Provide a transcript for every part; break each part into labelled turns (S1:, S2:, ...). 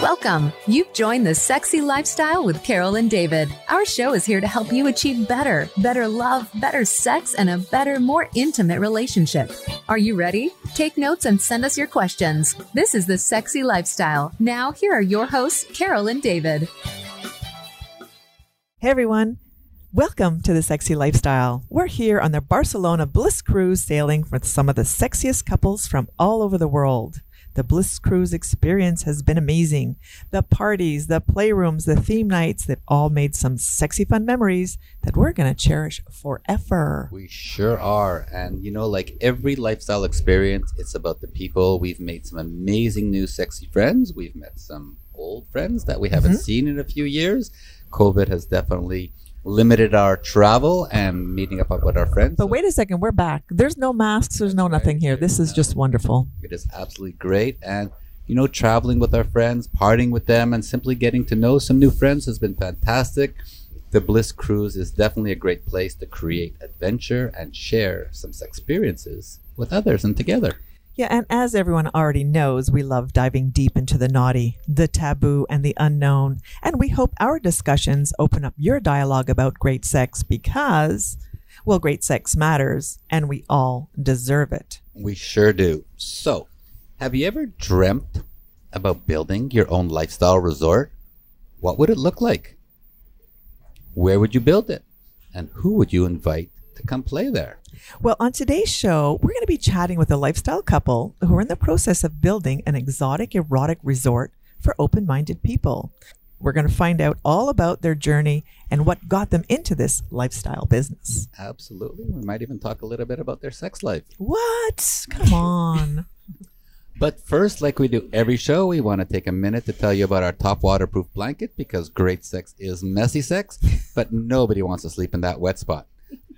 S1: Welcome. You've joined the Sexy Lifestyle with Carol and David. Our show is here to help you achieve better, better love, better sex, and a better, more intimate relationship. Are you ready? Take notes and send us your questions. This is the Sexy Lifestyle. Now, here are your hosts, Carol and David.
S2: Hey everyone, welcome to the Sexy Lifestyle. We're here on the Barcelona Bliss Cruise sailing with some of the sexiest couples from all over the world. The Bliss Cruise experience has been amazing. The parties, the playrooms, the theme nights, they've all made some sexy fun memories that we're going to cherish forever.
S3: We sure are. And you know, like every lifestyle experience, it's about the people. We've made some amazing new sexy friends. We've met some old friends that we haven't seen in a few years. COVID has definitely limited our travel and meeting up with our friends.
S2: But wait a second, we're back. There's no masks, there's no nothing here. This is just wonderful.
S3: It is absolutely great. And, you know, traveling with our friends, partying with them, and simply getting to know some new friends has been fantastic. The Bliss Cruise is definitely a great place to create adventure and share some sex experiences with others and together.
S2: Yeah, and as everyone already knows, we love diving deep into the naughty, the taboo, and the unknown. And we hope our discussions open up your dialogue about great sex because, well, great sex matters and we all deserve it.
S3: We sure do. So, have you ever dreamt about building your own lifestyle resort? What would it look like? Where would you build it? And who would you invite to come play there?
S2: Well, on today's show, we're going to be chatting with a lifestyle couple who are in the process of building an exotic erotic resort for open minded people. We're going to find out all about their journey and what got them into this lifestyle business.
S3: Absolutely. We might even talk a little bit about their sex life.
S2: What? Come on.
S3: But first, like we do every show, we want to take a minute to tell you about our top waterproof blanket because great sex is messy sex, but nobody wants to sleep in that wet spot.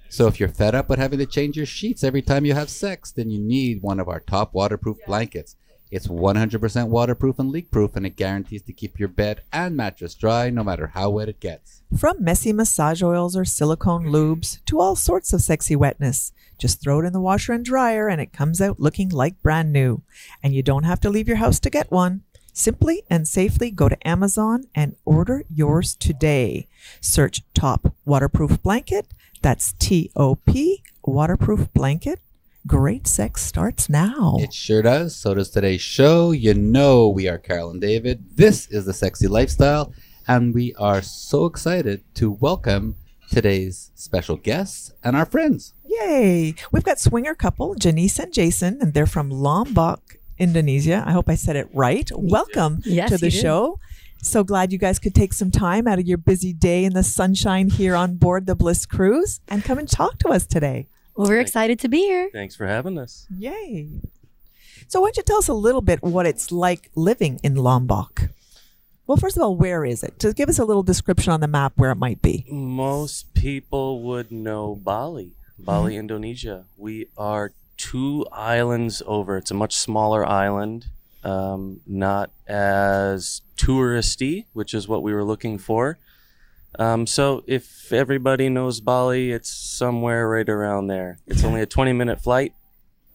S3: So if you're fed up with having to change your sheets every time you have sex, then you need one of our top waterproof blankets. It's 100% waterproof and leak-proof, and it guarantees to keep your bed and mattress dry no matter how wet it gets.
S2: From messy massage oils or silicone lubes to all sorts of sexy wetness. Just throw it in the washer and dryer and it comes out looking like brand new. And you don't have to leave your house to get one. Simply and safely go to Amazon and order yours today. Search Top Waterproof Blanket. That's T O P Waterproof Blanket. Great sex starts now.
S3: It sure does. So does today's show. You know we are Carol and David. This is the Sexy Lifestyle, and we are so excited to welcome today's special guests and our friends.
S2: Yay! We've got swinger couple Janice and Jason, and they're from Lombok, Indonesia. I hope I said it right. Welcome
S1: Yes,
S2: to the
S1: you did.
S2: show. So glad you guys could take some time out of your busy day in the sunshine here on board the Bliss Cruise and come and talk to us today.
S4: Well, we're excited to be here.
S5: Thanks for having us.
S2: Yay! So, why don't you tell us a little bit what it's like living in Lombok? Well, first of all, where is it? To give us a little description on the map where it might be.
S5: Most people would know Bali, Bali, Indonesia. We are two islands over. It's a much smaller island, um, not as touristy, which is what we were looking for. Um, so, if everybody knows Bali, it's somewhere right around there. It's only a 20 minute flight.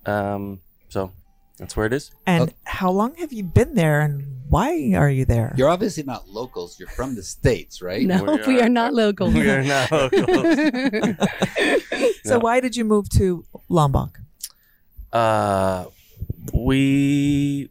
S5: Um, so, that's where it is.
S2: And
S3: Okay.
S2: how long have you been there and why are you there?
S3: You're obviously not locals. You're from the states, right?
S4: No, we
S5: We
S4: are,
S5: are-
S4: not local.
S5: We are now
S2: so, why did you move to Lombok?
S5: Uh, we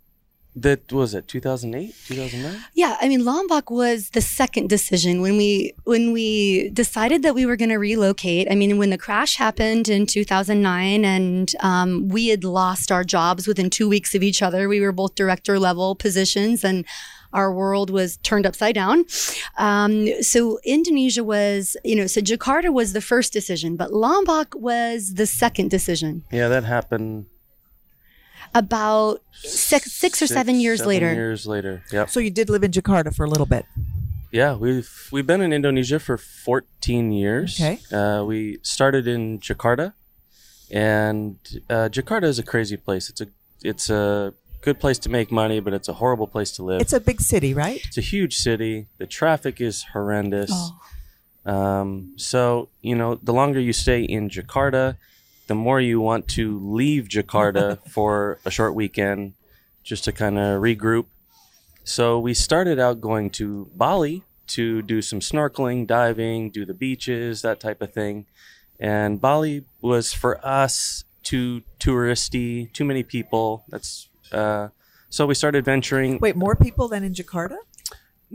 S5: that was it 2008 2009
S4: yeah, I mean Lombok was the second decision when we when we decided that we were going to relocate. I mean, when the crash happened in 2009, and um, we had lost our jobs within two weeks of each other. We were both director level positions, and our world was turned upside down. Um, so Indonesia was, you know, so Jakarta was the first decision, but Lombok was the second decision.
S5: yeah that happened
S4: about six, six or seven years later.
S5: years later yep
S2: So, you did live in Jakarta for a little bit.
S5: yeah we've we've been in indonesia for 14 years
S2: Okay.
S5: uh, we started in jakarta and uh, jakarta is a crazy place it's a it's a good place to make money but it's a horrible place to live
S2: It's a big city, right?
S5: it's a huge city the traffic is horrendous
S4: Oh.
S5: Um, so, you know, the longer you stay in Jakarta, the more you want to leave Jakarta for a short weekend just to kind of regroup. So we started out going to Bali to do some snorkeling, diving, do the beaches, that type of thing. And Bali was for us too touristy, too many people. That's uh, so we started venturing.
S2: Wait, more people than in Jakarta?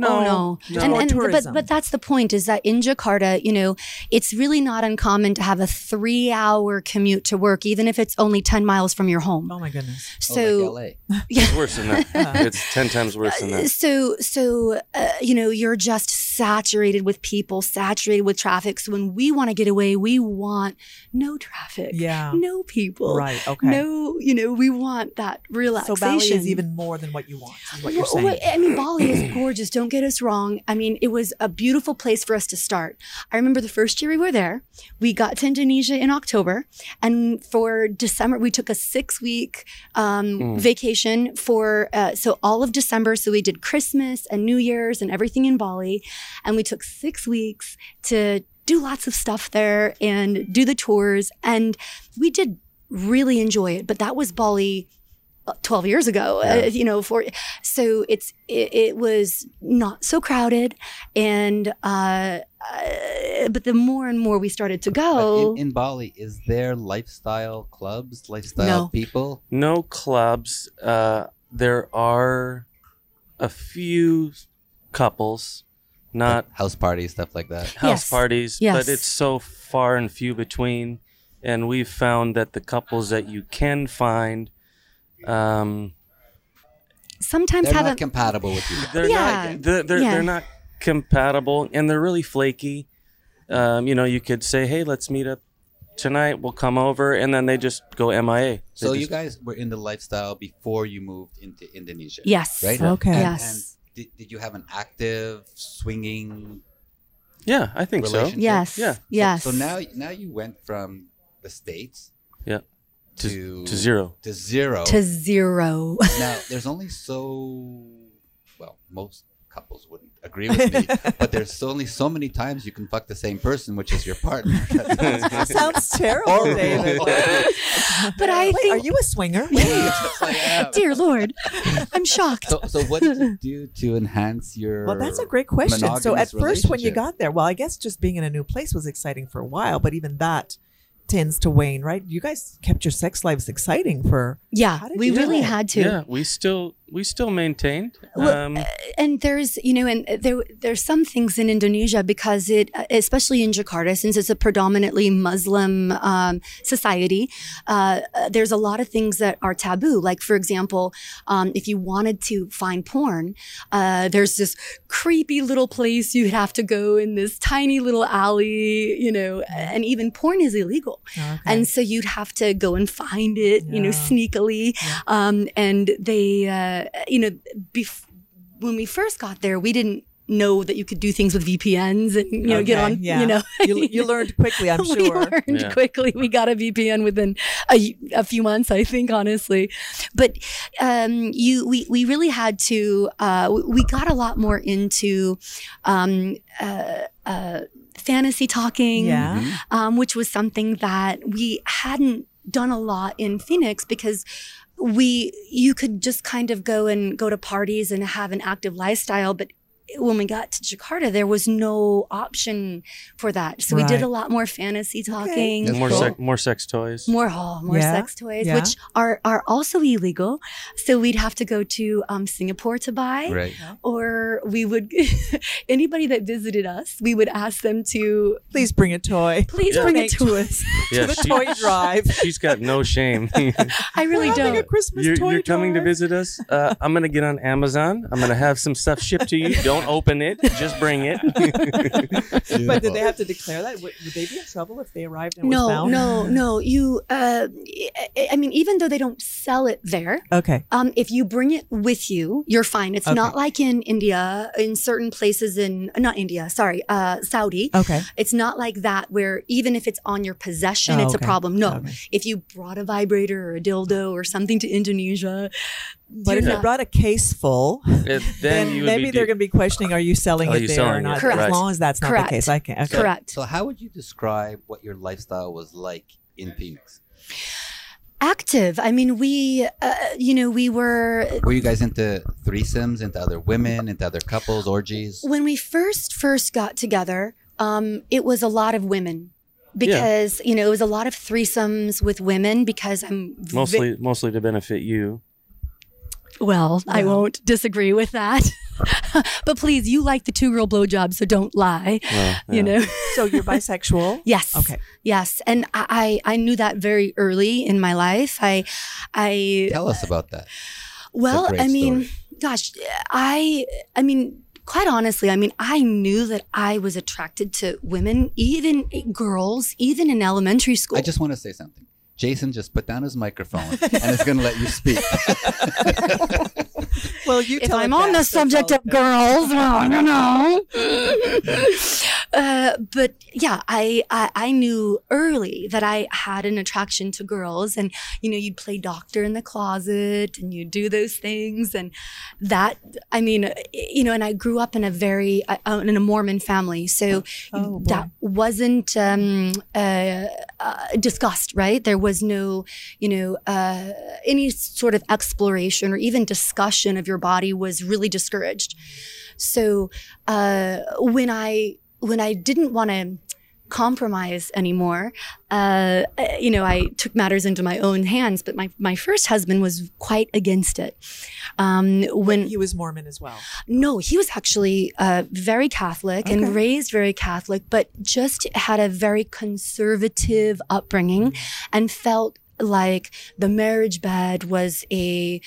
S4: Oh no!
S2: no.
S4: And,
S2: Or
S4: and but
S2: tourism.
S4: but that's the point is that in Jakarta, you know, it's really not uncommon to have a three-hour commute to work, even if it's only ten miles from your home.
S2: Oh my goodness.
S4: So
S3: like
S5: It's worse than that. it's ten times worse than that.
S4: so so uh, you know you're just saturated with people saturated with traffic so when we want to get away we want no traffic
S2: Yeah.
S4: no people
S2: right. Okay.
S4: no you know we want that
S2: so
S4: relaxation
S2: Bali is even more than what you want. Is what you're
S4: Well,
S2: saying.
S4: well, I mean, Bali is gorgeous. Don't get us wrong. I mean, it was a beautiful place for us to start. I remember the first year we were there, we got to Indonesia in October, and for December we took a six-week um,
S2: Hmm.
S4: vacation for uh, so all of December. So we did Christmas and New Year's and everything in Bali, and we took six weeks to do lots of stuff there and do the tours, and we did really enjoy it. But that was Bali 12 years ago uh, you know for so it's it, it was not so crowded and uh, uh but the more and more we started to go
S3: in, in Bali, is there lifestyle clubs, lifestyle
S4: No.
S3: people?
S5: No clubs. Uh, there are a few couples, not
S3: Like house parties, stuff like that.
S5: house
S4: Yes.
S5: parties,
S4: Yes.
S5: but it's so far and few between. And we've found that the couples that you can find, um,
S4: sometimes
S3: They're
S4: have
S3: not
S4: a
S3: compatible with you. guys.
S5: they're
S4: Yeah.
S5: not they're, they're,
S4: Yeah.
S5: they're not compatible and they're really flaky. Um, you know, you could say, "Hey, let's meet up tonight. We'll come over," and then they just go MIA. They
S3: So you
S5: just-
S3: guys were in the lifestyle before you moved into Indonesia.
S4: yes
S3: Right?
S2: Okay.
S3: And-
S4: Yes.
S3: and did, did you have an active swinging
S5: yeah, I think so.
S3: relationship?
S4: yes
S5: Yeah. So-
S4: yes
S3: So now now you went from the states
S5: Yeah,
S3: to
S5: to, to zero.
S3: To zero.
S4: to zero
S3: now there's only so well most couples wouldn't agree with me, but there's only so many times you can fuck the same person, which is your partner.
S2: That sounds terrible, David.
S4: but i
S2: Wait,
S4: think
S2: are you a swinger?
S4: dear lord i'm shocked
S3: so, so what did you do to enhance your?
S2: Well, that's a great question. So, at
S3: monogamous
S2: first, when you
S3: relationship?
S2: got there, well, I guess just being in a new place was exciting for a while, but even that tends to wane, right? You guys kept your sex lives exciting for.
S4: yeah
S2: How did
S4: we
S2: you do
S4: really
S2: that?
S4: had to
S5: Yeah, we still we still maintained.
S4: Well, eh,
S5: Um,
S4: and there's you know and there there's some things in Indonesia because it especially in Jakarta since it's a predominantly Muslim um, society uh, uh, there's a lot of things that are taboo like for example um, if you wanted to find porn uh, there's this creepy little place you'd have to go in this tiny little alley you know and even porn is illegal and so you'd have to go and find it you know
S2: Yeah.
S4: sneakily um, and they uh, you know bef- when we first got there we didn't know that you could do things with VPNs and you know get
S2: Okay,
S4: on
S2: yeah.
S4: you know
S2: you, you learned quickly, I'm
S4: we
S2: sure.
S4: learned
S5: Yeah.
S4: quickly. We got a VPN within a, y- a few months, I think, honestly. But um, you, we, we really had to. Uh, w- we got a lot more into um, uh, uh, fantasy talking,
S3: Mhm.
S2: Yeah.
S4: um, which was something that we hadn't done a lot in Phoenix because we you could just kind of go and go to parties and have an active lifestyle, but when we got to Jakarta, there was no option for that. So we did
S2: Right.
S4: a lot more fantasy talking,
S3: That's
S5: more
S3: cool.
S5: sex, more sex toys.
S4: more hall, more
S2: Yeah,
S4: sex toys,
S2: yeah.
S4: which are are also illegal. So we'd have to go to um, Singapore to buy
S3: Right.
S4: or we would anybody that visited us we would ask them to
S2: Please bring a toy.
S4: please
S5: Yeah.
S4: bring it
S2: Donate
S4: to us
S2: us.
S5: Yeah,
S2: to the
S5: she-
S2: toy drive.
S5: She's got no shame.
S4: i really
S2: We're having
S4: don't
S2: a Christmas
S5: you're,
S2: toy
S5: you're coming to
S2: drive.
S5: visit us. Uh, I'm gonna get on Amazon. I'm gonna have some stuff shipped to you. Don't open it. Just bring it.
S2: But did they have to declare that? Would, would they be in trouble if they arrived and it was
S4: no
S2: found?
S4: no no you uh, I- i mean even though they don't sell it there
S2: Okay.
S4: um, if you bring it with you, you're fine. It's
S2: Okay.
S4: not like in India, in certain places in not India, sorry, uh, Saudi.
S2: Okay.
S4: It's not like that where even if it's on your possession,
S2: Oh,
S4: it's
S2: okay.
S4: a problem. No,
S2: Okay.
S4: if you brought a vibrator or a dildo or something to Indonesia,
S2: But if
S4: you're
S2: you
S4: not-
S2: brought a case full,
S5: And
S2: then,
S5: then you would
S2: maybe
S5: be
S2: they're
S5: de-
S2: going to be questioning, are you selling
S5: Are
S2: it
S5: you
S2: there or
S5: selling it?
S2: not? As
S4: Correct.
S2: long as that's not
S4: Correct.
S2: the case, I can. Okay.
S4: Correct.
S3: So how would you describe what your lifestyle was like in Phoenix?
S4: active. I mean, we, uh, you know, we were
S3: Were you guys into threesomes, into other women, into other couples, orgies?
S4: when we first first got together. Um, it was a lot of women because you know it was a lot of threesomes with women because I'm ve-
S5: Mostly, mostly to benefit you.
S4: well, I
S2: Well.
S4: won't disagree with that. but please, you like the two girl blowjob, so don't lie.
S5: Well, yeah.
S4: You know.
S2: So you're bisexual?
S4: Yes.
S2: Okay.
S4: Yes, and I I I knew that very early in my life. I I
S3: Tell us about that.
S4: well,
S3: great
S4: I mean,
S3: story.
S4: gosh, I I mean, quite honestly, I mean, I knew that I was attracted to women, even girls, even in elementary school.
S3: I just want to say something. Jason just put down his microphone and it's going to let you speak.
S2: Well, you
S4: if
S2: tell
S4: I'm
S2: it
S4: on the
S2: best, that's
S4: subject
S2: all
S4: of girls, I don't know. uh, but yeah, I, I I knew early that I had an attraction to girls, and you know, you'd play doctor in the closet, and you'd do those things, and that I mean, uh, you know, and I grew up in a very uh, uh, in a Mormon family, so
S2: Oh, boy.
S4: that wasn't um, uh, uh, discussed, right? There was no, you know, uh, any sort of exploration or even discussion of your body was really discouraged. So uh, when I when I didn't want to compromise anymore, uh, you know, I took matters into my own hands. But my my first husband was quite against it. Um, when
S2: He was Mormon as well.
S4: no, he was actually uh, very Catholic
S2: Okay.
S4: and raised very Catholic, but just had a very conservative upbringing
S2: Mm-hmm.
S4: and felt like the marriage bed was a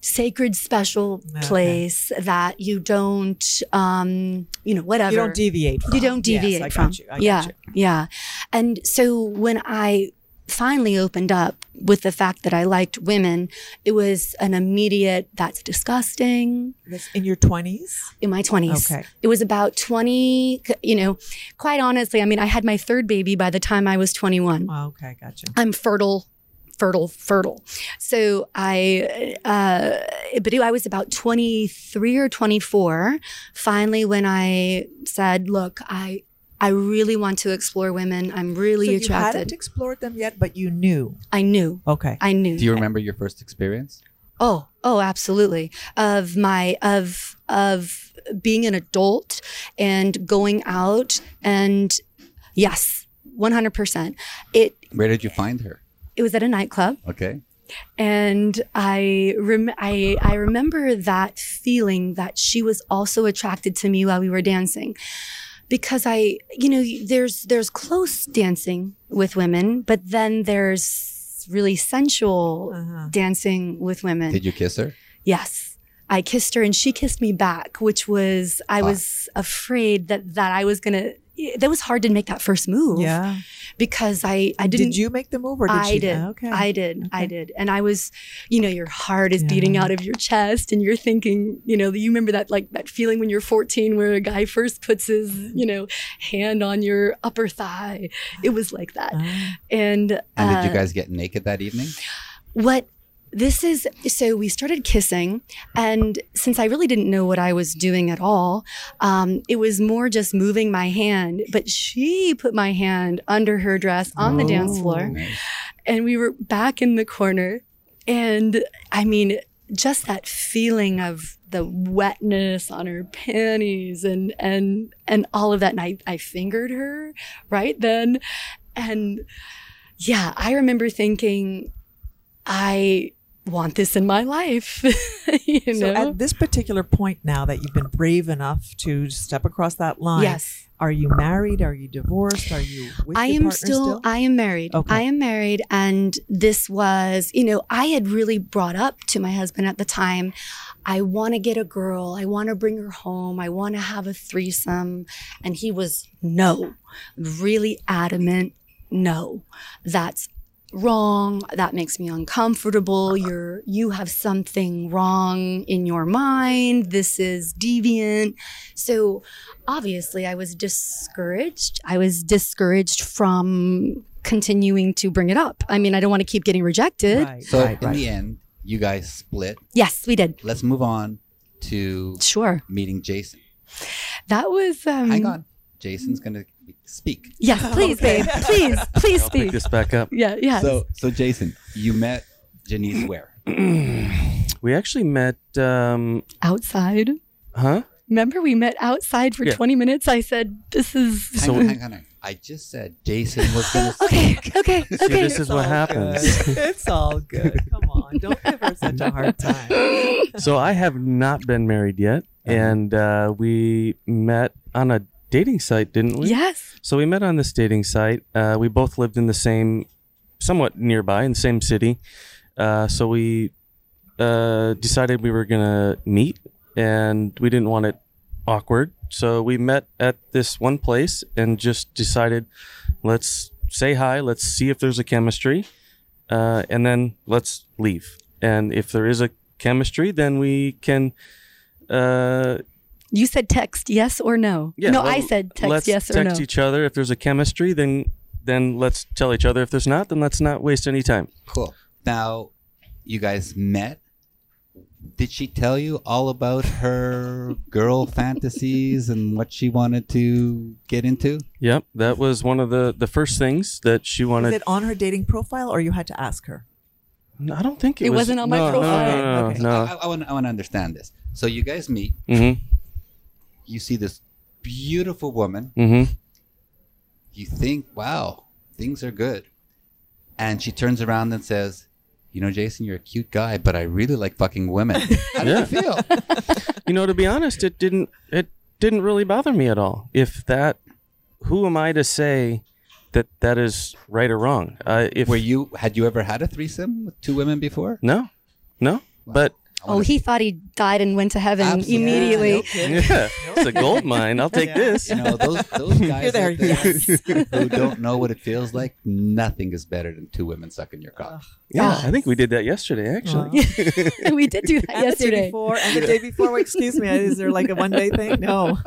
S4: sacred special
S2: Okay.
S4: place that you don't um you know whatever
S2: You don't deviate. From.
S4: you don't
S2: Yes,
S4: deviate
S2: I
S4: from
S2: Got you. I
S4: yeah
S2: Got you.
S4: yeah and so when i finally opened up with the fact that i liked women it was an immediate that's disgusting
S2: That's in your twenties.
S4: in my 20s.
S2: Okay.
S4: It was about 20, you know, quite honestly, I mean, I had my third baby by the time I was 21.
S2: Oh, okay, got you.
S4: I'm fertile, fertile, fertile. So I, uh, but I was about 23 or 24. Finally, when I said, look, I, I really want to explore women. I'm really
S2: so you hadn't
S4: attracted.
S2: explored them yet, but you knew.
S4: I knew.
S2: Okay.
S4: I knew.
S3: Do you remember your first experience?
S4: Oh, oh, absolutely. Of my of of being an adult and going out and yes, 100%. It
S3: Where did you find her?
S4: it was at a nightclub
S3: Okay.
S4: and I rem- I I remember that feeling that she was also attracted to me while we were dancing. Because I, you know, there's there's close dancing with women, but then there's really sensual
S2: Uh-huh.
S4: dancing with women.
S3: Did you kiss her?
S4: Yes. I kissed her and she kissed me back, which was, I
S3: Ah.
S4: was afraid that, that I was going to, that was hard to make that first move
S2: Yeah.
S4: because I, I didn't.
S2: Did you make the move, or did
S4: I
S2: she? Ah, Oh,
S4: did.
S2: Okay.
S4: I did. I
S2: Okay.
S4: did. And I was, you know, your heart is
S2: Yeah.
S4: beating out of your chest and you're thinking, you know, you remember that like that feeling when you're 14 where a guy first puts his, you know, hand on your upper thigh. It was like that.
S2: Ah.
S4: And,
S3: And
S4: uh,
S3: did you guys get naked that evening?
S4: what this is so we started kissing and since i really didn't know what i was doing at all um, it was more just moving my hand but she put my hand under her dress on the dance floor
S3: Nice.
S4: and we were back in the corner and i mean just that feeling of the wetness on her panties and and and all of that and i, I fingered her right then and yeah i remember thinking i want this in my life you
S2: So
S4: know
S2: at this particular point now that you've been brave enough to step across that line,
S4: yes
S2: are you married? Are you divorced? Are you with
S4: I
S2: your
S4: am
S2: partner
S4: still, I am married.
S2: Okay.
S4: I am married and this was, you know, I had really brought up to my husband at the time, I want to get a girl. I want to bring her home. I want to have a threesome. And he was no, really adamant. No, that's wrong. That makes me uncomfortable. You're, you have something wrong in your mind. This is deviant. So obviously I was discouraged. I was discouraged from continuing to bring it up. I mean, I don't want to keep getting rejected.
S2: Right,
S3: So
S2: right,
S3: in
S2: right.
S3: the end, you guys split.
S4: Yes, we did.
S3: Let's move on to
S4: Sure.
S3: meeting Jason.
S4: That was um
S3: Hang on. Jason's going to speak.
S4: Yes, please,
S2: Okay.
S4: babe. Please, please
S5: I'll pick
S4: speak.
S5: this back up.
S4: Yeah, yeah.
S3: So, so Jason, you met Janice where?
S5: we actually met, um,
S4: outside.
S5: huh?
S4: Remember, we met outside for
S5: Yeah.
S4: 20 minutes. I said, "This is
S3: Hang on, hang on, hang on. I just said Jason was going to
S4: okay, okay,
S5: See,
S4: okay."
S5: this is what happens.
S2: it's all good. Come on. Don't give her such a hard time.
S5: so I have not been married yet,
S4: Uh-huh.
S5: and uh, we met on a dating site, didn't we?
S4: yes,
S5: So we met on this dating site. Uh, we both lived in the same, somewhat nearby, in the same city. Uh, so we uh, decided we were gonna meet, and we didn't want it awkward. So we met at this one place and just decided, let's say hi, let's see if there's a chemistry, uh, and then let's leave. And if there is a chemistry, then we can. Uh,
S4: you said text yes or no.
S5: yeah,
S4: no,
S5: well,
S4: I said text
S5: let's
S4: yes or
S5: text
S4: no.
S5: each other if there's a chemistry. Then then let's tell each other if there's not. Then let's not waste any time.
S3: Cool. Now, you guys met. Did she tell you all about her girl fantasies and what she wanted to get into?
S5: Yep, that was one of the the first things that she wanted.
S2: Is it on her dating profile or you had to ask her?
S5: No, I don't think it,
S4: It
S5: was,
S4: wasn't on my
S5: no, no,
S4: profile.
S5: No, no,
S2: Okay.
S5: no,
S3: I, I, want, I want to understand this. So you guys meet.
S5: no.
S3: You see this beautiful woman.
S5: hmm hmm
S3: You think, wow, things are good. And she turns around and says, you know, Jason, you're a cute guy, but I really like fucking women. How did
S5: Yeah.
S3: you feel?
S5: You know, to be honest, it didn't it didn't really bother me at all. If that, who am I to say that that is right or wrong? Uh, if
S3: Were you? Had you ever had a threesome with two women before?
S5: no, no, but
S3: I
S4: Oh,
S3: wanna-
S4: he thought he died and went to heaven
S3: Absolutely.
S4: immediately.
S2: Yeah, no kidding.
S5: yeah, it's a gold mine. I'll take
S2: Yeah.
S5: this.
S3: You know those those guys
S2: You're there,
S3: out there who don't know what it feels like. Nothing is better than two women sucking your cock.
S5: Yeah, I think we did that yesterday, actually.
S4: we did do that
S2: And the day
S4: yesterday.
S2: before, and the day before. well, Excuse me, is there like a one day thing? No,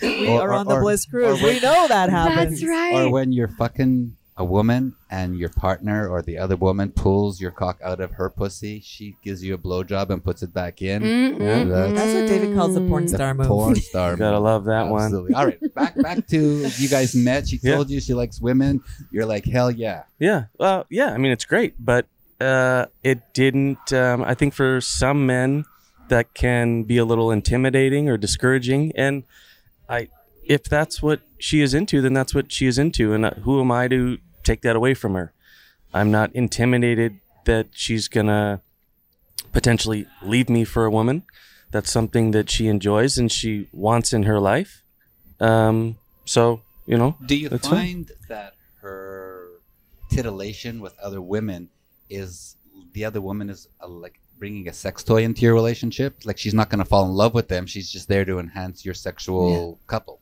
S2: we
S3: Or-
S2: are
S3: or-
S2: on the
S3: or-
S2: Bliss cruise.
S3: or
S2: We
S3: when-
S2: know that happens.
S4: That's right.
S3: Or when you're fucking a woman and your partner or the other woman pulls your cock out of her pussy, she gives you a blowjob and puts it back in.
S4: Mm.
S3: Yeah, that's
S2: That's what David calls the porn
S3: the
S2: star move.
S3: porn star.
S5: Gotta
S3: move.
S5: love that one.
S3: Absolutely. All right, back back to you guys met. She
S5: Yeah.
S3: told you she likes women. You're like hell yeah.
S5: Yeah. Well, yeah. I mean, it's great, but uh, it didn't. Um, I think for some men, that can be a little intimidating or discouraging. And I, if that's what she is into, then that's what she is into. And uh, who am I to take that away from her? I'm not intimidated that she's gonna potentially leave me for a woman. That's something that she enjoys and she wants in her life. Um, so you know,
S3: Do you
S5: That's fine.
S3: find that her titillation with other women is the other woman is uh, like bringing a sex toy into your relationship? Like she's not going to fall in love with them. She's just there to enhance your sexual couple.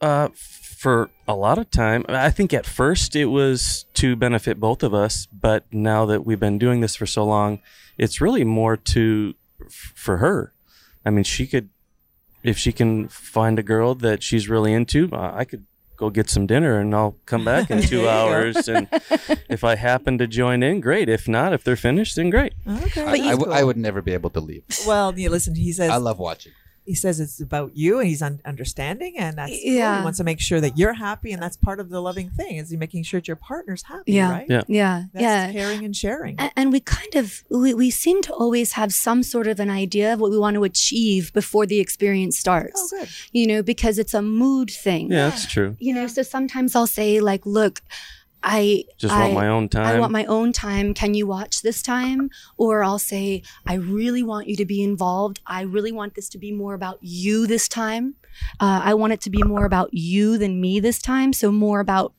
S5: Uh, for a lot of time, I think at first it was to benefit both of us, but now that we've been doing this for so long, it's really more to f- for her. I mean, she could, if she can find a girl that she's really into, uh, I could go get some dinner and I'll come back in two hours. And if I happen to join in, great. If not, if they're finished, then great.
S2: Okay,
S3: I, I
S2: that's
S3: w-
S2: cool.
S3: I would never be able to leave.
S2: Well, you listen. He says
S3: I love watching.
S2: he says it's about you, and he's un- understanding, and that's cool.
S4: Yeah.
S2: He wants to make sure that you're happy, and that's part of the loving thing is he making sure that your partner's happy,
S4: Yeah.
S2: right?
S5: Yeah.
S4: yeah,
S2: That's
S4: yeah.
S2: caring and sharing.
S4: A- And we kind of we, we seem to always have some sort of an idea of what we want to achieve before the experience
S2: oh,
S4: starts.
S2: good.
S4: You know, because it's a mood thing.
S5: Yeah, that's true.
S4: You know, so sometimes I'll say like, "Look, I
S5: Just
S4: I,
S5: want my own time.
S4: I want my own time. Can you watch this time? Or I'll say, I really want you to be involved. I really want this to be more about you this time. Uh, I want it to be more about you than me this time. So more about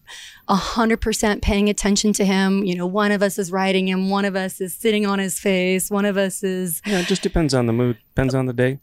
S4: a hundred percent paying attention to him. You know, one of us is riding him, one of us is sitting on his face, one of us is
S5: yeah, it just depends on the mood, depends on the day.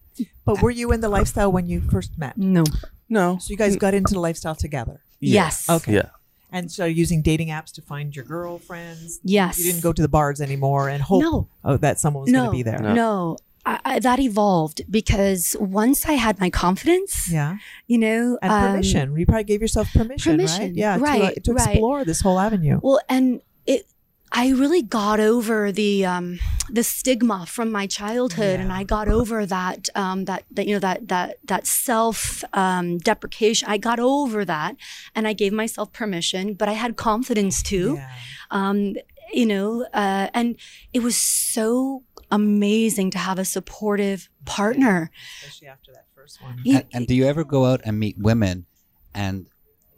S2: But were you in the lifestyle when you first met?
S4: no.
S5: No.
S2: So you guys got into the lifestyle together,
S4: Yes.
S2: Okay.
S5: Yeah.
S2: and so using dating apps to find your girlfriends.
S4: Yes.
S2: You didn't go to the bars anymore and hope
S4: No.
S2: oh, that someone was going to be there.
S5: No.
S4: No. I, I, that evolved because once I had my confidence,
S2: Yeah,
S4: you know,
S2: and
S4: um,
S2: permission. You probably gave yourself permission, right?
S4: permission,
S2: Yeah, to,
S4: right,
S2: to
S4: right.
S2: explore this whole avenue.
S4: Well, and it, I really got over the um, the stigma from my childhood, and I got over that um, that that you know that that that self um, deprecation. I got over that, and I gave myself permission, but I had confidence too.
S2: Yeah.
S4: Um, you know, uh, and it was so amazing to have a supportive partner.
S2: Especially after that first one.
S4: You-
S3: And, and do you ever go out and meet women and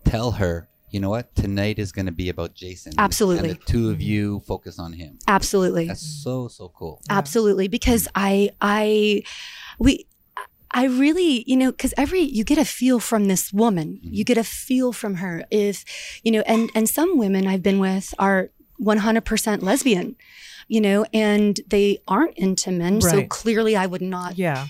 S3: tell her, you know what, tonight is going to be about Jason? and-
S4: Absolutely.
S3: And the two of you focus on him.
S4: absolutely.
S3: That's so, so cool.
S4: absolutely because i i we i really you know because every you get a feel from this woman
S2: Mm-hmm.
S4: you get a feel from her if you know and and some women i've been with are 100% lesbian you know and they aren't into men so
S2: Right.
S4: clearly i would not
S2: Yeah.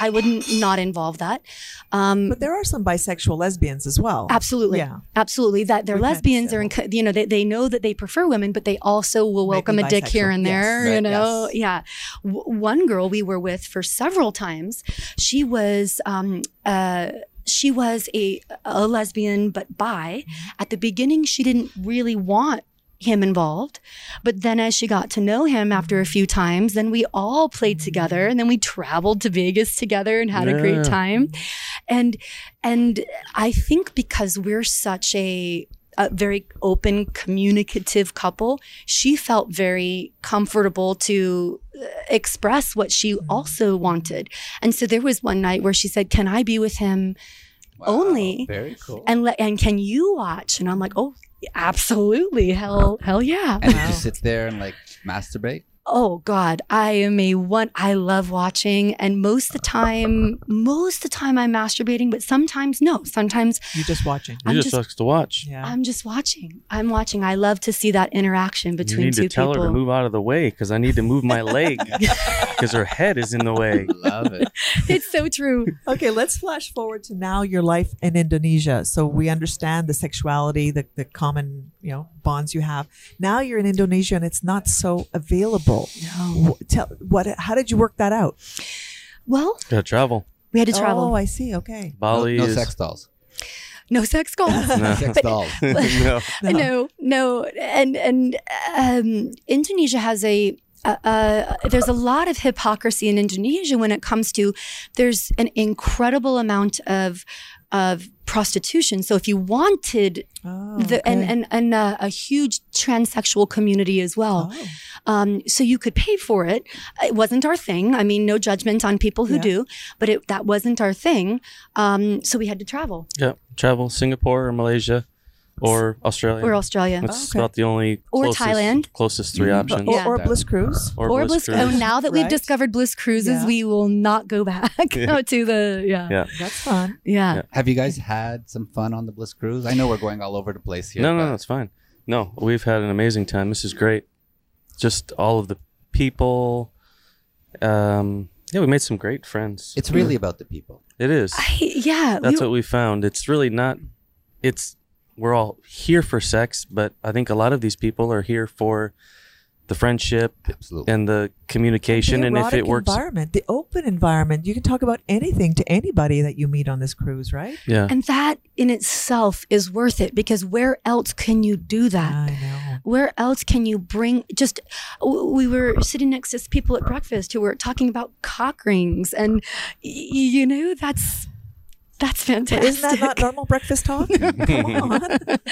S4: i wouldn't not involve that um
S2: But there are some bisexual lesbians as well.
S4: Absolutely.
S2: Yeah.
S4: Absolutely. That they're
S2: We've had
S4: lesbians. They're, in,
S2: several.
S4: you know, they, they know that they prefer women, but they also will
S2: Might be
S4: welcome a dick here
S2: bisexual.
S4: and there,
S3: Yes.
S4: you
S3: Right,
S4: know?
S2: yes.
S4: Yeah. W- one girl we were with for several times, she was, um, uh, she was a, a lesbian, but bi. At the beginning, she didn't really want him involved. But then as she got to know him after a few times, then we all played together and then we traveled to Vegas together and had a
S5: Yeah.
S4: great time. And and I think because we're such a a very open, communicative couple. She felt very comfortable to uh, express what she also wanted. And so there was one night where she said, Can I be with him Only-
S3: Very cool.
S4: and let and can you watch? And I'm like, Oh, absolutely. Hell hell yeah.
S3: And you just sit there and like masturbate?
S4: Oh God, I am a one. I love watching, and most of the time, most of the time I'm masturbating, but sometimes no. Sometimes
S2: You're just watching.
S5: You
S4: I'm
S5: just,
S4: just-
S5: sucks to watch.
S2: Yeah.
S4: I'm just watching. I'm watching. I love to see that interaction between
S5: you need
S4: two
S5: to tell
S4: people.
S5: her to move out of the way because I need to move my leg because her head is in the way.
S3: Love it.
S4: It's so true.
S2: Okay, let's flash forward to now your life in Indonesia. So we understand the sexuality, the, the common you know bonds you have. Now you're in Indonesia and it's not so available. No. Tell what? How did you work that out?
S4: Well,
S5: Gotta travel.
S4: we had to
S2: Oh,
S4: travel.
S2: I see. Okay.
S3: No,
S5: Bali
S3: no
S5: is
S3: sex dolls.
S4: No sex calls.
S5: No.
S3: Sex dolls.
S5: no.
S4: no. no, and and um, Indonesia has a. Uh, uh, there's a lot of hypocrisy in Indonesia when it comes to there's an incredible amount of of prostitution. So if you wanted
S2: Oh,
S4: the, and
S2: okay.
S4: and and uh, a huge transsexual community as well.
S2: Oh.
S4: Um, so you could pay for it. It wasn't our thing. I mean, no judgment on people who
S2: Yeah.
S4: do, but it, that wasn't our thing. Um, so we had to travel
S5: Yeah. Travel Singapore or Malaysia or Australia.
S4: or Australia Oh,
S5: That's
S2: Okay.
S5: about the only
S4: Or
S5: closest,
S4: Thailand.
S5: Closest three
S3: Mm.
S5: options.
S2: or,
S4: Yeah.
S2: or Bliss Cruise.
S5: Or
S4: or
S5: Bliss
S4: Bliss.
S5: Cruise.
S4: Oh, now that we've
S2: Right.
S4: discovered Bliss Cruises,
S2: Yeah.
S4: we will not go back to the yeah
S5: Yeah.
S4: yeah.
S2: That's fun.
S5: Yeah.
S3: Have you guys had some fun on the Bliss Cruise? I know we're going all over the place here.
S5: No,
S3: but
S5: no, no, it's fine. No, we've had an amazing time. This is great. Just all of the people. Um, yeah, we made some great friends.
S3: It's really about the people.
S5: it is.
S4: I, yeah,
S5: That's
S4: we-
S5: what we found. It's really not. It's we're all here for sex, but I think a lot of these people are here for the friendship
S3: Absolutely.
S5: and the communication,
S2: The
S5: and if
S2: erotic
S5: it works,
S2: environment, the open environment, you can talk about anything to anybody that you meet on this cruise, right?
S5: yeah.
S4: and that in itself is worth it because where else can you do that?
S2: I know.
S4: where else can you bring just w- we were sitting next to people at breakfast who were talking about cock rings and y- you know that's that's fantastic
S2: Isn't that not normal breakfast talk? Come on.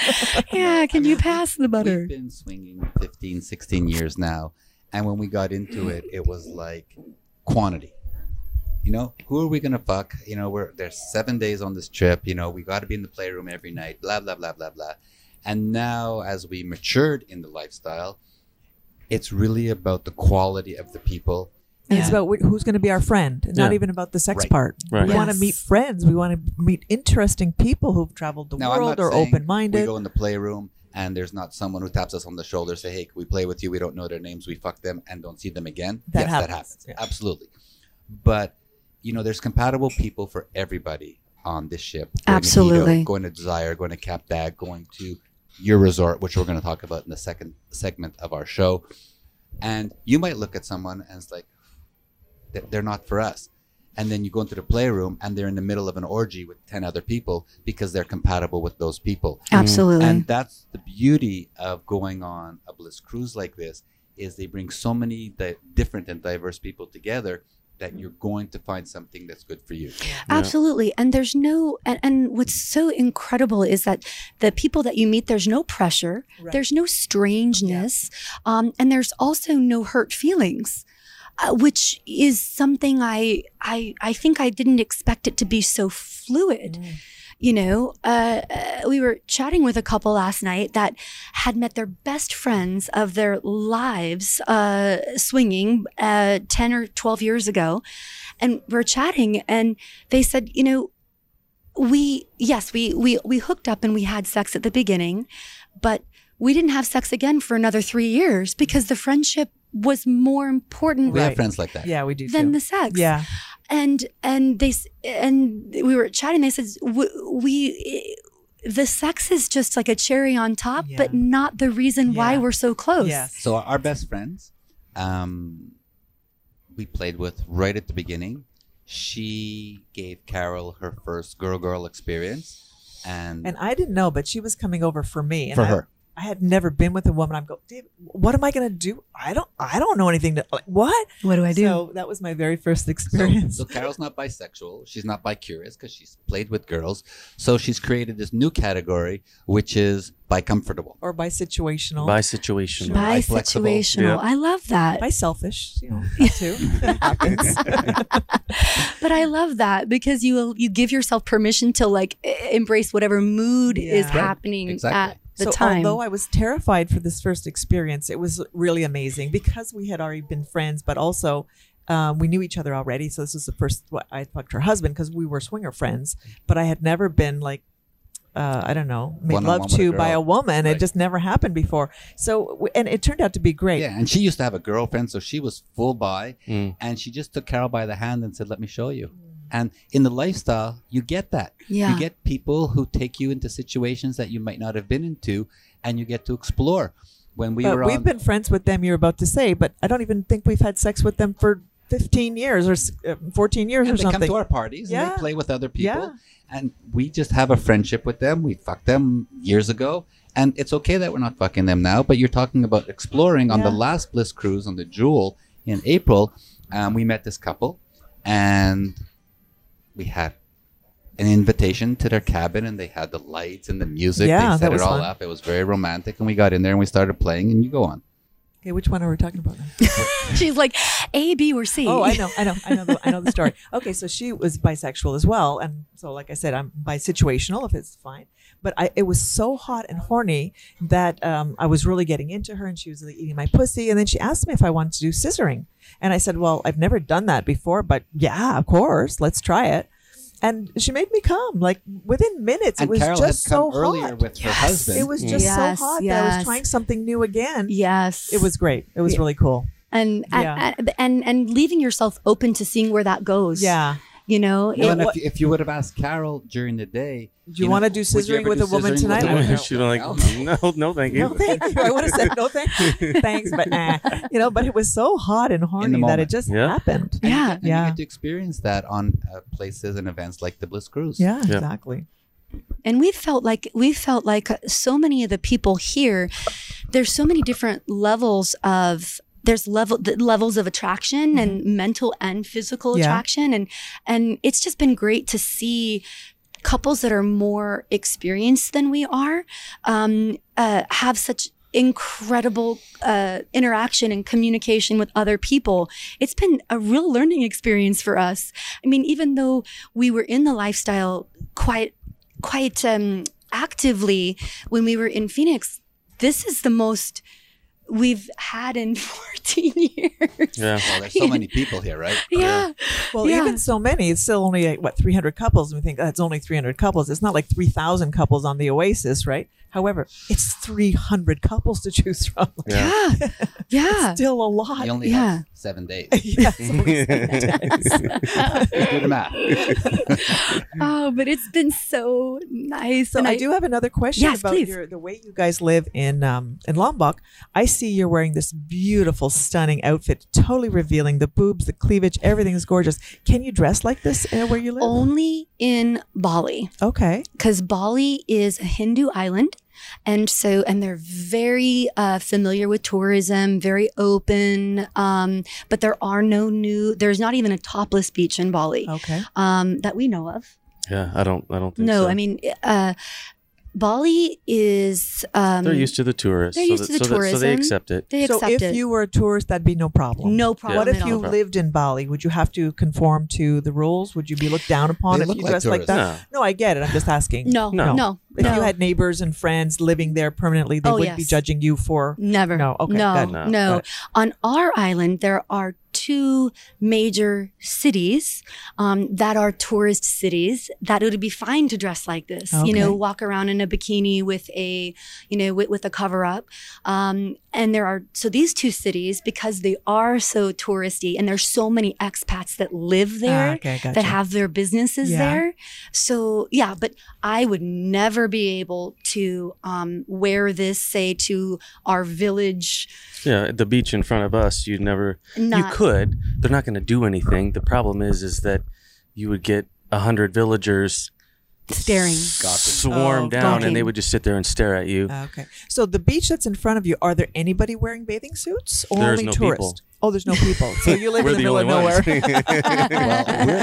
S4: yeah can you pass the butter
S3: We've been swinging 15, 16 years now. And when we got into it, it was like quantity. You know, who are we going to fuck? You know, we're there's seven days on this trip. You know, we got to be in the playroom every night, blah, blah, blah, blah, blah. And now, as we matured in the lifestyle, it's really about the quality of the people.
S2: And it's about wh- who's going to be our friend, and not
S5: Yeah.
S2: even about the sex
S3: Right.
S2: part.
S5: Right.
S2: We want to
S4: Yes.
S2: meet friends. We want to meet interesting people who've traveled the
S3: Now, I'm
S2: world
S3: not
S2: or
S3: saying
S2: open
S3: We
S2: minded.
S3: go in the playroom and there's not someone who taps us on the shoulder, say, "Hey, can we play with you? We don't know their names. We fuck them and don't see them again."
S2: That
S3: yes, that
S2: happens,
S3: happens.
S2: yeah.
S3: Absolutely. But you know, there's compatible people for everybody on this ship. Going to
S4: Absolutely.
S3: Lido, going to Desire, going to Cap Dag, going to your resort, which we're going to talk about in the second segment of our show. And you might look at someone and it's like, "Th- they're not for us. and then you go into the playroom and they're in the middle of an orgy with 10 other people because they're compatible with those people
S4: Absolutely.
S3: and that's the beauty of going on a bliss cruise like this is they bring so many di- different and diverse people together that you're going to find something that's good for you
S5: Yeah.
S4: Absolutely. And there's no, and, and what's so incredible is that the people that you meet, there's no pressure,
S2: Right.
S4: there's no strangeness, um, and there's also no hurt feelings. Uh, which is something I, I I think I didn't expect it to be so fluid. You know, uh, uh, we were chatting with a couple last night that had met their best friends of their lives uh, swinging uh, 10 or 12 years ago. And we're chatting, and they said, you know, we, yes, we, we, we hooked up and we had sex at the beginning, but we didn't have sex again for another three years because the friendship was more important
S3: we have
S2: Right.
S3: friends like that
S2: Yeah, we do.
S4: than
S2: too.
S4: the sex
S2: yeah,
S4: and and they s- and we were chatting they said we, we the sex is just like a cherry on top but
S2: Yeah.
S4: not the reason why
S2: Yeah.
S4: we're so close
S2: yes,
S3: So our- our best friends, um, we played with right at the beginning. She gave Carol her first girl girl experience, and,
S2: and I didn't know, but she was coming over for me. And
S3: for
S2: I-
S3: her,
S2: I had never been with a woman. I'm going, David, what am I going to do? I don't, I don't know anything. To, like, what?
S4: what do i do
S2: So that was my very first
S3: so,
S2: experience.
S3: so Carol's not bisexual. She's not bicurious because she's played with girls. So she's created this new category, which is bicomfortable.
S2: or by situational,
S5: By situation.
S4: by
S3: Bi- flexible.
S4: situational
S5: Yeah.
S4: i love that
S2: by selfish, you know, that too. It happens.
S4: but i love that because you you give yourself permission to like e- embrace whatever mood is
S2: Yeah. Right.
S4: happening
S3: Exactly.
S4: at the
S2: so
S4: time
S2: although I was terrified for this first experience, it was really amazing because we had already been friends, but also um, we knew each other already. So this was the first what I fucked her husband because we were swinger friends, but I had never been like. Uh, I don't know, made
S3: One-on-one
S2: love
S3: with
S2: to
S3: a
S2: by
S3: girl.
S2: a woman.
S3: Right.
S2: It just never happened before. So, w- and it turned out to be great.
S3: Yeah, and she used to have a girlfriend, so she was full bi,
S5: Mm.
S3: and she just took Carol by the hand and said, "Let me show you." And in the lifestyle, you get that.
S4: Yeah.
S3: You get people who take you into situations that you might not have been into, and you get to explore. When we
S2: but
S3: were
S2: we've
S3: on,
S2: been friends with them. You're about to say, but I don't even think we've had sex with them for 15 years or s- uh, 14 years
S3: and
S2: or
S3: they
S2: something.
S3: come to our parties and
S2: Yeah.
S3: they play with other people,
S2: Yeah.
S3: and we just have a friendship with them. We fucked them years ago, and it's okay that we're not fucking them now. But you're talking about exploring on the
S2: Yeah.
S3: last Bliss cruise on the Jewel in April. Um, we met this couple, and we had an invitation to their cabin and they had the lights and the music
S2: Yeah,
S3: they
S2: that
S3: set
S2: was
S3: it all
S2: fun.
S3: up it was very romantic and we got in there and we started playing and you go on
S2: okay, which one are we talking about? Now?
S4: she's like a b or c
S2: Oh, I know, I know, I know, the, I know the story. Okay, so she was bisexual as well, and so like I said, I'm bisituational if it's fine. But I, it was so hot and horny that um, I was really getting into her, and she was like, eating my pussy. And then she asked me if I wanted to do scissoring, and I said, "Well, I've never done that before, but yeah, of course, let's try it." And she made me come like within minutes. it
S3: and
S2: was
S3: carol
S2: just
S3: had come
S2: so
S3: earlier
S2: hot.
S3: with her husband
S2: It was just
S4: Yes,
S2: so hot that I
S4: yes.
S2: was trying something new again.
S4: yes
S2: It was great. It was really cool.
S4: and and,
S2: Yeah.
S4: and and and leaving yourself open to seeing where that goes
S2: Yeah.
S4: you know
S3: Well,
S4: It-
S3: and if, you- if you would have asked Carol during the day,
S2: Do you wanna do
S3: would you
S2: scissoring
S3: ever
S2: with
S3: do
S2: a woman
S3: scissoring with
S2: tonight?
S3: a woman?
S5: She's like, "Oh."
S3: Hell
S5: no, no, thank you.
S2: No, thank you. I would have said no, thank you. Thanks, but nah. you know, but it was so hot and horny that
S3: moment.
S2: it just
S5: Yeah.
S2: happened.
S4: yeah
S3: And
S2: Yeah.
S3: you get to experience that on uh, places and events like the Bliss Cruise.
S2: Yeah,
S5: Yeah.
S2: exactly.
S4: and we felt like we felt like uh, so many of the people here there's so many different levels of there's level the levels of attraction and mental and physical
S2: Yeah.
S4: attraction and and it's just been great to see couples that are more experienced than we are um, uh, have such incredible uh, interaction and communication with other people. It's been a real learning experience for us. I mean, even though we were in the lifestyle quite, quite um, actively when we were in Phoenix, this is the most we've had in 14 years.
S5: Yeah.
S3: Well, there's so many people here, right?
S4: Yeah.
S2: Well,
S4: Yeah.
S2: even so many, it's still only like, what 300 couples. And we think that's only 300 couples. It's not like 3,000 couples on the Oasis, right? However, it's 300 couples to choose from.
S5: Yeah.
S4: Yeah. Yeah.
S2: Still a lot.
S3: You only
S4: Yeah.
S3: have seven days.
S2: Yeah, so it's
S3: Do the math.
S4: Oh, but it's been so nice.
S2: So
S4: and
S2: I, do have another question
S4: Yes,
S2: about
S4: please.
S2: your, the way you guys live in um, in Lombok. I see you're wearing this beautiful, stunning outfit, totally revealing the boobs, the cleavage, everything is gorgeous. Can you dress like this uh, where you live?
S4: Only in Bali.
S2: okay.
S4: because Bali is a Hindu island. And so, and they're very uh, familiar with tourism, very open. Um, but there are no new, there's not even a topless beach in Bali
S2: Okay.
S4: um, that we know of.
S5: Yeah, I don't. I don't think
S4: No,
S5: so.
S4: I mean, uh, Bali is. Um,
S5: they're used to the tourists.
S4: they're
S5: so
S4: used
S5: that,
S4: to the
S5: so that- so they
S4: tourism.
S5: accept it.
S4: they
S2: so
S4: accept
S2: if
S4: it.
S2: you were a tourist, that'd be no problem.
S4: no problem
S2: What if
S4: at
S2: you
S4: all.
S2: lived in Bali? Would you have to conform to the rules? Would you be looked down upon
S3: They
S2: if
S3: look
S2: you
S3: like
S2: dressed like
S3: tourists.
S2: that?
S5: No.
S2: No, I get it. I'm just asking.
S4: No,
S5: No.
S4: no, no.
S2: If you had neighbors and friends living there permanently, they
S4: Oh,
S2: wouldn't be
S4: yes.
S2: judging you for.
S4: Never.
S2: No, okay,
S4: No.
S2: good.
S5: No.
S4: No.
S2: Got it.
S4: On our island, there are two major cities um, that are tourist cities that it would be fine to dress like this. You know,
S2: Okay.
S4: walk around in a bikini with a, you know, with, with a cover up. Um, and there are so these two cities because they are so touristy, and there's so many expats that live there
S2: Ah, okay, gotcha.
S4: that have their businesses
S2: Yeah.
S4: there. So yeah, but I would never be able to um, wear this, say, to our village.
S5: Yeah, at the beach in front of us, you'd never.
S4: Not
S5: You could. They're not going to do anything. The problem is, is that you would get a hundred villagers
S4: staring.
S5: swarm
S2: Oh,
S5: down, and they
S4: gawking.
S5: would just sit there and stare at you.
S2: Okay. So the beach that's in front of you, are there anybody wearing bathing suits or
S5: There's
S2: only
S5: no
S2: tourists?
S5: people.
S2: Oh, there's no people. So you live in the, middle of nowhere.
S3: well, we're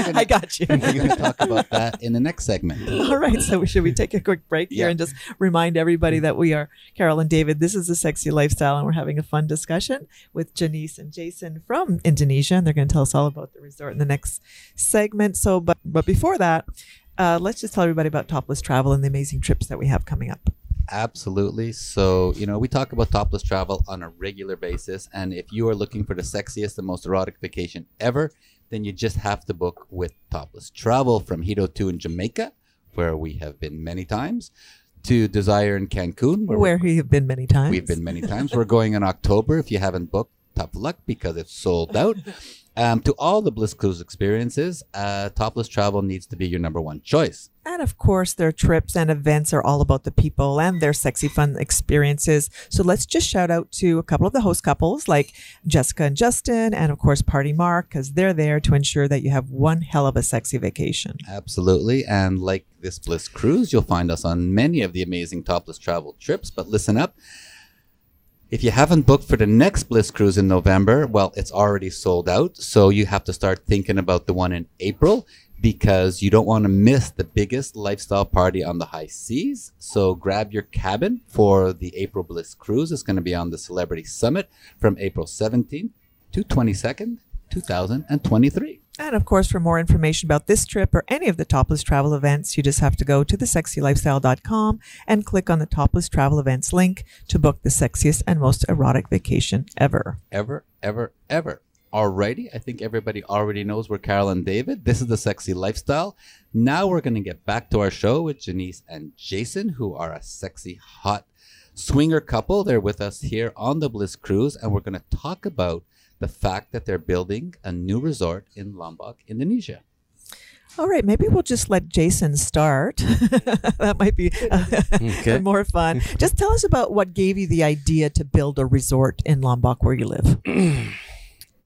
S3: gonna,
S2: I got you.
S3: we're gonna talk about that in the next segment.
S2: All right, so we- should we take a quick break here
S3: Yeah.
S2: and just remind everybody that we are Carol and David. This is the Sexy Lifestyle, and we're having a fun discussion with Janice and Jason from Indonesia, and they're going to tell us all about the resort in the next segment. So, but but before that, uh, let's just tell everybody about topless travel and the amazing trips that we have coming up.
S3: Absolutely. So, you know, we talk about topless travel on a regular basis. And if you are looking for the sexiest and most erotic vacation ever, then you just have to book with Topless Travel from Hito 2 in Jamaica, where we have been many times, to Desire in Cancun, where,
S2: Where we have been many times.
S3: We've been many times. We're going in October. If you haven't booked, tough luck because it's sold out. Um, to all the Bliss Cruise experiences, uh, topless travel needs to be your number one choice.
S2: And of course, their trips and events are all about the people and their sexy, fun experiences. So let's just shout out to a couple of the host couples like Jessica and Justin, and of course, Party Mark, because they're there to ensure that you have one hell of a sexy vacation.
S3: Absolutely. And like this Bliss Cruise, you'll find us on many of the amazing topless travel trips. But listen up. If you haven't booked for the next Bliss Cruise in November, well, it's already sold out. So you have to start thinking about the one in April because you don't want to miss the biggest lifestyle party on the high seas. So grab your cabin for the April Bliss Cruise. It's going to be on the Celebrity Summit from April 17th to 22nd, 2023.
S2: And of course, for more information about this trip or any of the topless travel events, you just have to go to thesexylifestyle.com and click on the topless travel events link to book the sexiest and most erotic vacation ever.
S3: ever, ever, ever. Alrighty, I think everybody already knows we're Carol and David. This is the sexy lifestyle. Now we're gonna get back to our show with Janice and Jason, who are a sexy, hot swinger couple. They're with us here on the Bliss Cruise, and we're gonna talk about the fact that they're building a new resort in Lombok, Indonesia.
S2: All right, maybe we'll just let Jason start. that might be uh,
S5: Okay. Mm-hmm.
S2: more fun. Just tell us about what gave you the idea to build a resort in Lombok where you live.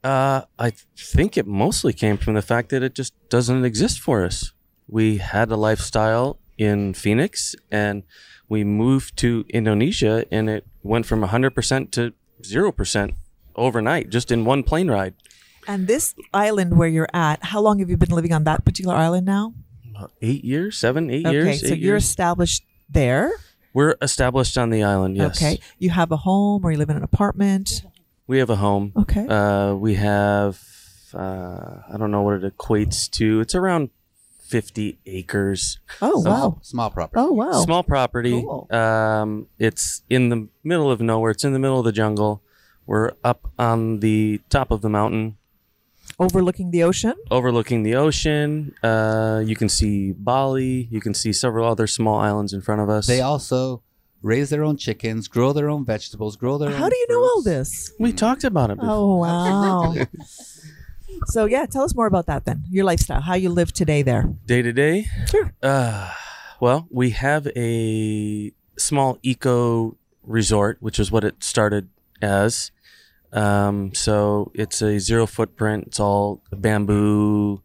S5: Uh, I think it mostly came from the fact that it just doesn't exist for us. We had a lifestyle in Phoenix and we moved to Indonesia and it went from 100% to 0% overnight just in one plane ride.
S2: And this island where you're at, how long have you been living on that particular island now?
S5: About Uh, Eight years, seven, eight
S2: okay,
S5: years.
S2: so
S5: eight
S2: you're
S5: years.
S2: established there.
S5: We're established on the island, yes.
S2: Okay. You have a home or you live in an apartment.
S5: We have a home.
S2: Okay.
S5: Uh, we have, uh, I don't know what it equates to. It's around 50 acres.
S2: Oh, wow.
S3: Small, small property.
S2: Oh, wow.
S5: small property.
S2: Cool.
S5: Um, it's in the middle of nowhere. It's in the middle of the jungle. We're up on the top of the mountain,
S2: Overlooking the ocean.
S5: overlooking the ocean. Uh, you can see Bali. You can see several other small islands in front of us.
S3: They also raise their own chickens, grow their own vegetables, grow their own.
S2: How do you know all
S3: fruits.
S2: this?
S5: we talked about it before.
S2: Oh, wow. so, yeah, tell us more about that then. Your lifestyle, how you live today there.
S5: Day to day.
S2: Sure.
S5: Uh, well, we have a small eco resort, which is what it started as. Um, so it's a zero footprint. It's all bamboo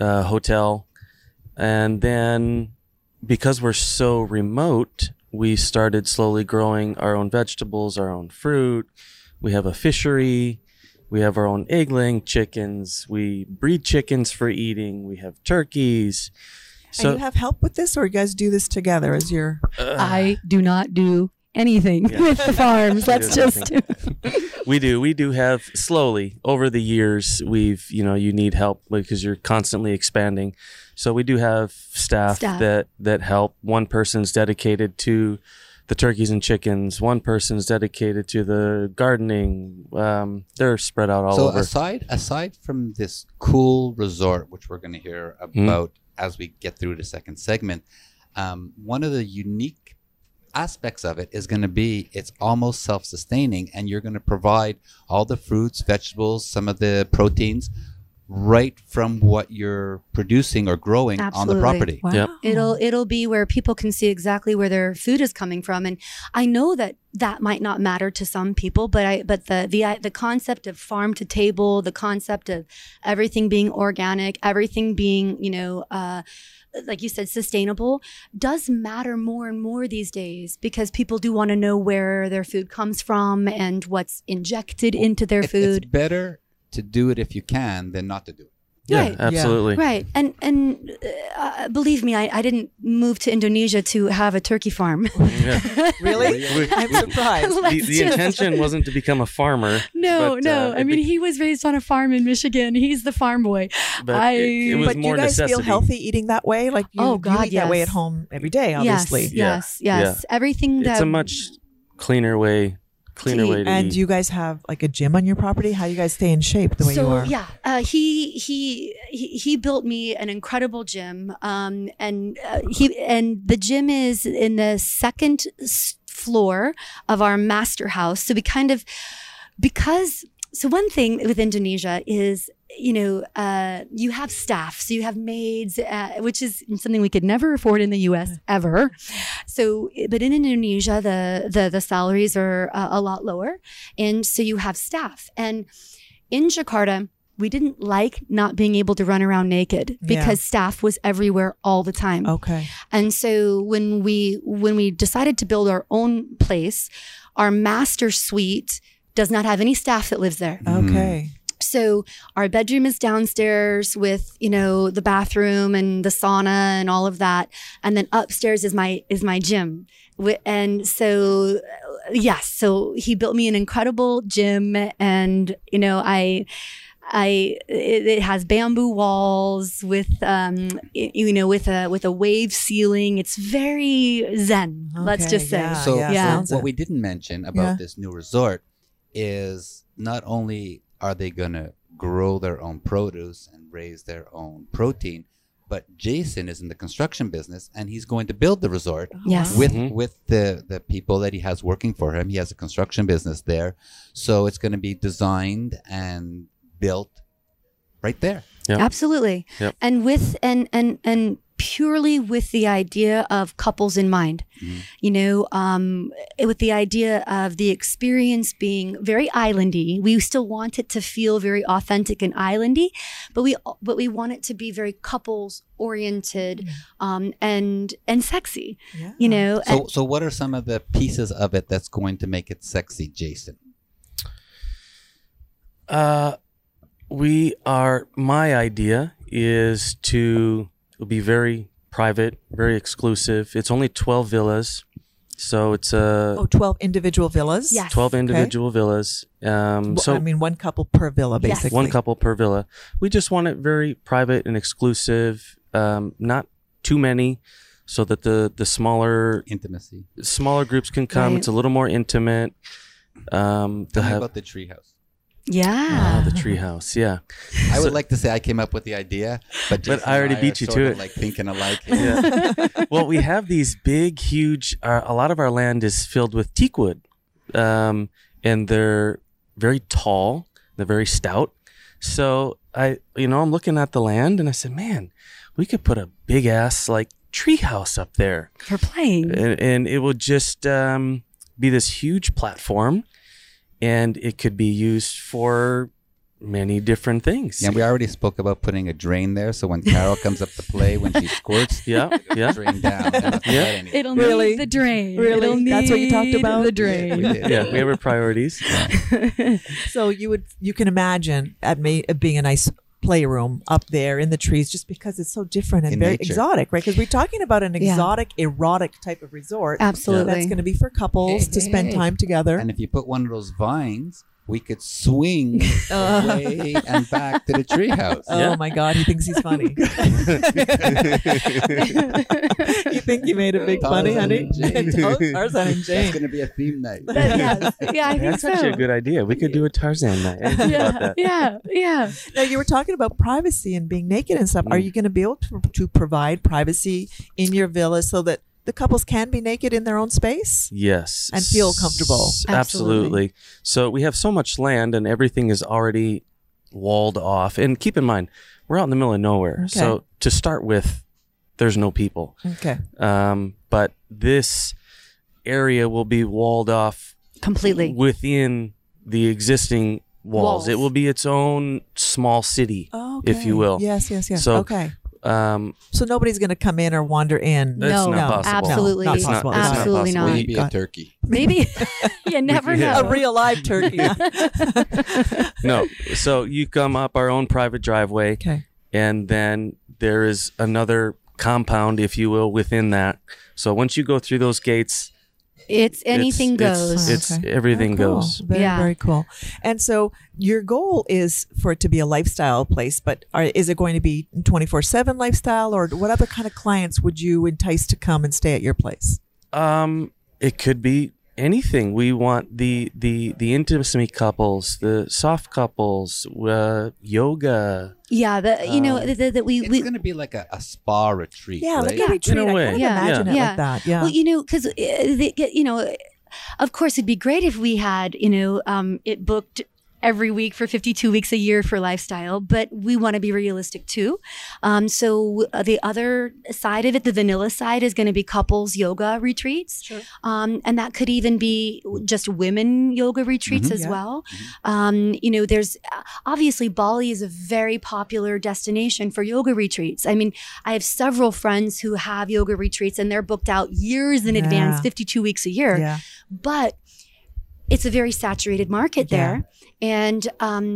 S5: uh, hotel, and then because we're so remote, we started slowly growing our own vegetables, our own fruit. We have a fishery. We have our own egg laying chickens. We breed chickens for eating. We have turkeys. So
S2: and you have help with this, or you guys do this together as your
S5: uh,
S4: I do not do anything
S5: Yeah.
S4: with the farms. Let's
S5: Yeah.
S4: just do.
S5: we do we do have slowly over the years we've you know you need help because you're constantly expanding so we do have staff,
S4: Staff.
S5: that that help one person's dedicated to the turkeys and chickens one person's dedicated to the gardening um, they're spread out all
S3: so
S5: over
S3: aside aside from this cool resort, which we're going to hear about as we get through the second segment, um, one of the unique aspects of it is going to be it's almost self-sustaining, and you're going to provide all the fruits, vegetables, some of the proteins, right from what you're producing or growing on
S4: Absolutely.
S3: the property.
S2: wow.
S5: Yep.
S3: Hmm.
S4: It'll it'll be where people can see exactly where their food is coming from, and I know that that might not matter to some people, but I but the uh, the the concept of farm to table, the concept of everything being organic, everything being you know. Uh, like you said, sustainable does matter more and more these days because people do want to know where their food comes from and what's injected into their
S3: It- It's
S4: food.
S3: better to do it if you can than not to do it.
S5: yeah
S4: Right.
S5: absolutely
S4: Right, and and uh, believe me, I, I didn't move to Indonesia to have a turkey farm.
S5: Yeah.
S2: Really?
S5: Hmm.
S3: We-
S2: I'm surprised.
S5: the,
S4: Let's
S5: the
S4: just-
S5: intention wasn't to become a farmer
S4: No,
S5: but,
S4: no.
S5: uh,
S4: I
S5: it
S4: mean,
S5: be-
S4: he was raised on a farm in Michigan. He's the farm boy.
S5: but
S4: I-
S5: it, it was
S2: but do
S5: more
S2: you guys
S5: necessity
S2: feel healthy eating that way? Like you,
S4: Oh,
S2: you
S4: God,
S2: eat that way
S4: yes.
S2: at home every day, obviously.
S4: Yes,
S5: Yeah.
S4: yes, yes. Everything that
S5: it's a much cleaner way cleaner
S4: eat.
S5: way to
S2: And
S5: eat.
S2: you guys have like a gym on your property? How you guys stay in shape the way
S4: so
S2: you are?
S4: yeah, uh, he, he he he built me an incredible gym, um, and uh, he and the gym is in the second s- floor of our master house. So we kind of because so one thing with Indonesia is you know uh, you have staff, so you have maids, uh, which is something we could never afford in the U.S. ever. So, eh, but in Indonesia, the the, the salaries are uh, a lot lower, and so you have staff. And in Jakarta, we didn't like not being able to run around naked
S2: Yeah. Oh.
S4: because staff was everywhere all the time.
S2: Okay.
S4: And so when we when we decided to build our own place, our master suite does not have any staff that lives there.
S5: Hmm.
S3: Mm.
S2: Okay.
S4: So our bedroom is downstairs with, you know, the bathroom and the sauna and all of that, and then upstairs is my is my gym. Wi- And so uh, yes, so he built me an incredible gym and you know, I I it, it has bamboo walls with um y- you know with a with a wave ceiling. It's very zen. let's
S2: Okay,
S4: just say.
S2: yeah,
S3: So,
S2: yeah,
S4: Ah, Yeah.
S2: sounds
S3: what
S2: it.
S3: we didn't mention about
S2: Yeah.
S3: this new resort is not only are they going to grow their own produce and raise their own protein, but Jason is in the construction business and he's going to build the resort
S4: Yes.
S3: with
S5: Mhm.
S3: with the the people that he has working for him. He has a construction business there, so it's going to be designed and built right there.
S5: Yep.
S4: Absolutely.
S5: Yep.
S4: And with and and and purely with the idea of couples in mind.
S2: Mm-hmm.
S3: Mhm.
S4: You know, um, with the idea of the experience being very islandy. We still want it to feel very authentic and islandy, but we but we want it to be very couples oriented um, and and sexy.
S2: Yeah.
S4: You know, and-
S3: So, so what are some of the pieces of it that's going to make it sexy, Jason?
S5: Uh, we are. My idea is to be very private, very exclusive. It's only twelve villas, so it's a
S2: Oh, 12 individual villas?
S4: Yes.
S5: twelve
S2: okay.
S5: individual villas. Um,
S2: Well,
S5: so
S2: I mean, one couple per villa,
S4: Yes.
S2: basically.
S5: one couple per villa. We just want it very private and exclusive. Um, not too many, so that the the smaller
S3: Intimacy.
S5: smaller groups can come.
S4: Right.
S5: It's a little more intimate. Um, to
S3: Tell me
S5: have
S3: about the treehouse.
S5: ah,
S4: yeah.
S5: the treehouse, yeah.
S3: I would
S5: So-
S3: like to say I came up with the idea, but, Jason
S5: I already
S3: and
S5: beat
S3: are
S5: you
S3: sort
S5: to
S3: of
S5: it.
S3: Like thinking alike.
S5: Yeah. well, we have these big, huge. Uh, a lot of our land is filled with teakwood, um, and they're very tall. They're very stout. So I, you know, I'm looking at the land, and I said, "Man, we could put a big ass like treehouse up there."
S4: For playing.
S5: and, and it will just um, be this huge platform and it could be used for many different things.
S3: Yeah, we already spoke about putting a drain there, so when Carol comes up to play, when she squirts,
S5: yeah, yeah.
S3: drain down. Yeah.
S4: It'll
S2: Really?
S4: need the drain.
S2: Really?
S4: It'll need
S2: That's what you talked about?
S4: The
S3: We
S4: drain.
S3: did.
S5: yeah, we have our priorities.
S2: So you would you can imagine at may, it being a nice playroom up there in the trees just because it's so different and
S3: In
S2: very
S3: nature.
S2: exotic, right? Because we're talking about an
S4: Yeah.
S2: exotic, erotic type of resort.
S4: Absolutely.
S2: That's going to be for couples
S3: Hey,
S2: to
S3: hey,
S2: spend
S3: hey.
S2: time together.
S3: And if you put one of those vines, we could swing
S4: Uh.
S3: away and back to the treehouse.
S2: oh
S5: Yeah.
S2: my God, he thinks he's funny. you think you made a big funny,
S3: Tarzan
S2: honey?
S3: and Jane.
S2: Tarzan and
S3: That's
S2: Jane.
S3: going to be a theme night.
S4: yes. Yeah, I think
S5: That's
S4: so.
S5: actually a good idea. We could do a Tarzan night. I didn't think about
S4: yeah,
S5: that.
S4: yeah, yeah.
S2: Now you were talking about privacy and being naked and stuff. Are
S5: Mm.
S2: you going to be able to, to provide privacy in your villa so that the couples can be naked in their own space?
S5: Yes.
S2: And feel comfortable.
S5: S-
S4: Absolutely.
S5: Absolutely. So we have so much land and everything is already walled off. And keep in mind, we're out in the middle of nowhere.
S2: Okay.
S5: So to start with, there's no people.
S2: Okay.
S5: Um, but this area will be walled off
S4: Completely.
S5: within the existing walls.
S4: Walls.
S5: It will be its own small city,
S2: Oh.
S5: if you will.
S2: Yes, yes, yes.
S5: So-
S2: okay.
S5: Um,
S2: So nobody's going to come in or wander in.
S5: That's
S4: no,
S5: not
S2: No,
S5: possible.
S4: absolutely,
S2: No, not
S5: It's not,
S2: possible.
S5: it's not
S4: absolutely
S5: possible.
S4: not.
S3: Maybe
S2: God.
S3: a turkey.
S4: Maybe you never
S5: Yeah.
S4: know.
S2: A real live turkey.
S5: No. So you come up our own private driveway.
S2: okay.
S5: and then there is another compound, if you will, within that. So once you go through those gates,
S4: it's anything
S5: it's-
S4: goes.
S5: It's, everything
S2: Oh, cool.
S5: goes.
S2: Very,
S4: Yeah.
S2: very cool. And so your goal is for it to be a lifestyle place, but are, is it going to be 24 7 lifestyle or what other kind of clients would you entice to come and stay at your place?
S5: Um, it could be anything. We want the the the intimacy couples, the soft couples, uh, yoga.
S4: yeah, the, you know
S5: Um,
S4: that that we,
S3: It's
S4: we
S3: going to be like a, a spa retreat.
S2: Yeah,
S3: right?
S2: like a retreat.
S5: In a
S2: I
S5: way.
S2: kind of
S4: Yeah.
S2: imagine it
S4: Yeah.
S2: like that. Yeah.
S4: Well, you know, because you know, of course, it'd be great if we had you know um, it booked every week for 52 weeks a year for lifestyle but we want to be realistic too um, so uh, the other side of it the vanilla side is going to be couples yoga retreats sure. um, and that could even be just women yoga retreats
S2: Mhm.
S4: as
S2: Yeah.
S4: well um, you know there's uh, obviously bali is a very popular destination for yoga retreats i mean I have several friends who have yoga retreats and they're booked out years in
S2: Yeah.
S4: advance, 52 weeks a year.
S2: yeah.
S4: But it's a very saturated market
S2: Yeah.
S4: there and um,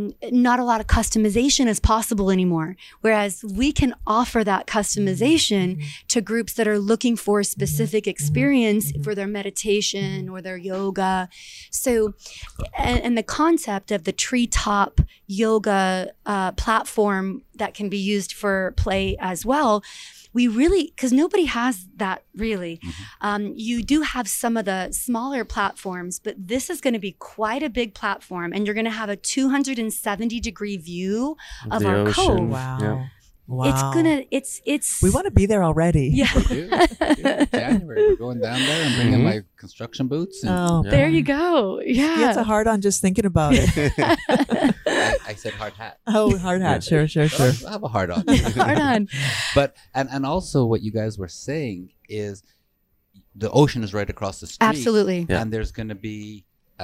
S4: not a lot of customization is possible anymore. Whereas we can offer that
S2: Mm-hmm.
S4: customization to groups that are looking for a specific experience for their meditation or their yoga. So, and, and the concept of the treetop yoga uh, platform that can be used for play as well. We really, because nobody has that really. Um, you do have some of the smaller platforms, but this is going to be quite a big platform, and you're going to have a 270 degree view of
S5: The
S4: our
S5: ocean.
S4: cove.
S2: Wow.
S5: Yeah.
S2: Wow.
S4: It's gonna. It's it's.
S2: We want to be there already.
S4: Yeah.
S3: We do. We do. January, we're going down there and bringing
S5: Mhm.
S3: my construction boots. And
S2: Oh,
S5: Yeah.
S4: There you go. Yeah.
S2: He gets a hard on just thinking about it.
S3: I, I said hard hat.
S2: oh, hard hat. Sure, sure, sure.
S3: I have a hard on.
S4: Hard on.
S3: But and and also what you guys were saying is the ocean is right across the street.
S4: Absolutely.
S5: Yeah.
S3: And there's going to be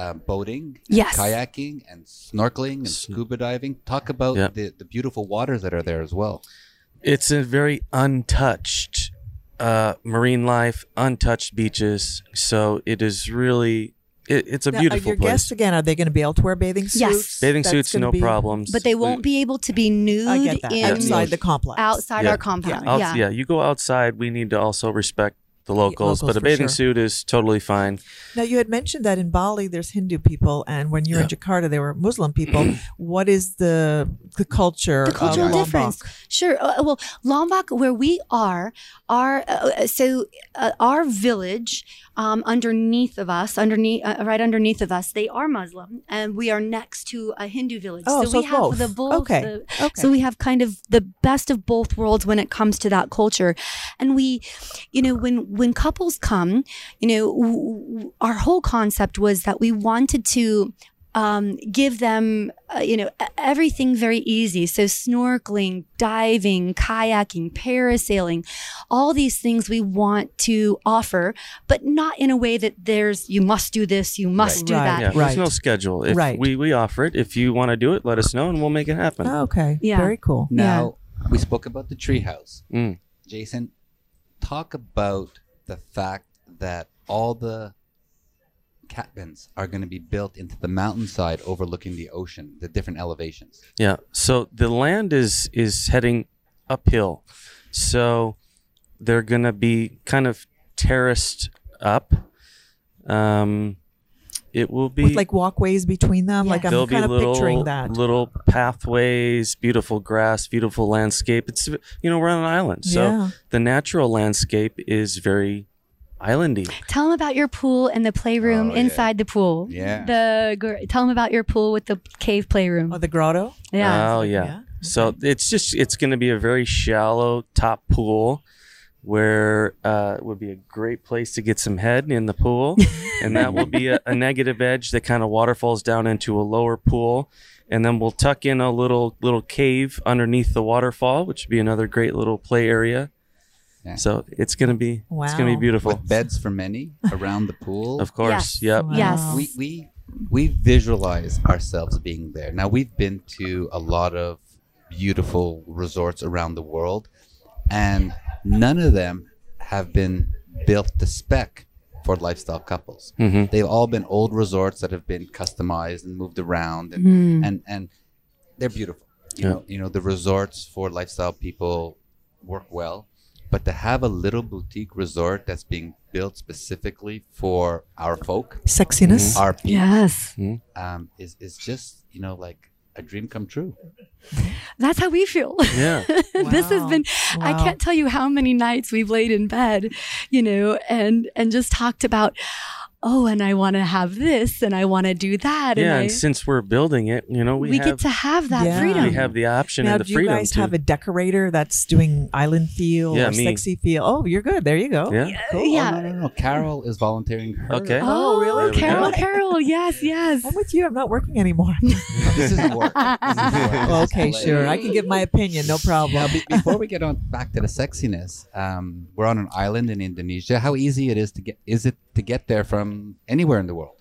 S3: uh, boating,
S4: Yes.
S3: kayaking, and snorkeling, and
S5: Sn-
S3: scuba diving. Talk about
S5: Yeah.
S3: the, the beautiful waters that are there as well.
S5: It's a very untouched uh, marine life, untouched beaches. So it is really it, it's a
S2: Now, are
S5: beautiful
S2: your
S5: place.
S2: guests again, are they going to be able to wear bathing suits?
S4: Yes.
S5: Bathing
S2: That's
S5: suits,
S2: gonna
S5: no
S2: be-
S5: problems.
S4: But they won't be able to be nude
S2: I get that.
S4: in
S2: Outside the complex.
S4: outside
S5: Yeah.
S4: our compound.
S5: Outs-
S4: Yeah.
S5: yeah. you go outside. We need to also respect the
S2: locals
S5: locals, but a
S2: for
S5: bathing
S2: sure.
S5: suit is totally fine.
S2: Now, you had mentioned that in Bali, there's Hindu people, and when you're in
S5: Yeah.
S2: Jakarta, they were Muslim people. what is the the culture?
S4: The
S2: of
S4: cultural
S2: Lombok?
S4: difference. Sure. Uh, well, Lombok, where we are, our uh, so uh, our village um, underneath of us, underneath uh, right underneath of us, they are Muslim, and we are next to a Hindu village.
S2: Oh, so
S4: we
S2: it's
S4: have
S2: both.
S4: the both.
S2: Okay.
S4: the-
S2: Okay.
S4: So we have kind of the best of both worlds when it comes to that culture, and we, you know, when when couples come, you know, w- w- our whole concept was that we wanted to. um, give them, uh, you know, e- everything very easy. So snorkeling, diving, kayaking, parasailing, all these things we want to offer, but not in a way that there's you must do this, you must
S2: Right.
S4: do
S2: Right.
S4: that.
S5: Yeah,
S2: Right.
S5: there's no schedule. If
S2: Right. Uh.
S5: we, we offer it. If you want to do it, let us know and we'll make it happen.
S2: Oh, Okay.
S4: Yeah.
S2: Very cool.
S3: Now we spoke about the treehouse.
S5: Mm.
S3: Jason, talk about the fact that all the cabins are going to be built into the mountainside overlooking the ocean, the different elevations.
S5: Yeah. So the land is is heading uphill. So they're gonna be kind of terraced up. Um, it will be
S2: With like walkways between them.
S4: Yeah.
S2: Like I'm
S5: there'll
S2: kind
S5: be
S2: of
S5: little
S2: picturing that.
S5: little pathways, beautiful grass, beautiful landscape. It's you know we're on an island, so
S2: Yeah.
S5: the natural landscape is very islandy.
S4: Tell them about your pool and the playroom
S3: Oh, yeah.
S4: inside the pool.
S3: Yeah.
S4: The gr- tell them about your pool with the cave playroom.
S2: Oh, the grotto.
S4: yeah.
S5: Oh yeah.
S2: Yeah.
S5: So it's just it's going to be a very shallow top pool, where uh, it would be a great place to get some head in the pool, and that will be a, a negative edge that kind of waterfalls down into a lower pool, and then we'll tuck in a little little cave underneath the waterfall, which would be another great little play area.
S3: Yeah.
S5: So it's gonna be it's gonna be
S2: Wow.
S5: beautiful.
S3: With beds for many around the pool.
S5: Of
S4: Yes.
S5: course, yep.
S4: Yes.
S2: Wow.
S3: we we we visualize ourselves being there. Now we've been to a lot of beautiful resorts around the world, and none of them have been built to spec for lifestyle couples. They've all been old resorts that have been customized and moved around, and and, and they're beautiful. You
S5: Yeah.
S3: know, you know the resorts for lifestyle people work well, but to have a little boutique resort that's being built specifically for our folk,
S2: Sexiness.
S3: our people
S4: Yes.
S3: um, is is just you know like a dream come true.
S4: That's how we feel.
S5: Yeah.
S4: this has
S2: Wow.
S4: been I
S2: Wow.
S4: can't tell you how many nights we've laid in bed, you know, and and just talked about oh and I want to have this and I want to do that
S5: yeah,
S4: and I,
S5: and since we're building it, you know, we,
S4: we
S5: have,
S4: get to have that
S2: Yeah.
S5: we
S4: freedom.
S5: have the option
S2: Now,
S5: and the
S2: do you
S5: freedom
S2: guys
S5: to
S2: have a decorator that's doing island feel
S5: Yeah,
S2: or
S5: me.
S2: sexy feel? Oh, you're good. There you go.
S5: yeah.
S2: Cool.
S4: Yeah.
S3: Oh, no, no, no. Carol is volunteering her.
S5: Okay.
S2: Oh, really?
S5: There we
S4: Carol,
S5: go.
S4: Carol, yes, yes.
S2: I'm with you. I'm not working anymore.
S3: this is work. This is work.
S2: Well, okay, sure. I can give my opinion. No problem.
S3: Be- Before we get on back to the sexiness, um, we're on an island in Indonesia. How easy it is to get is it to get there from anywhere in the world?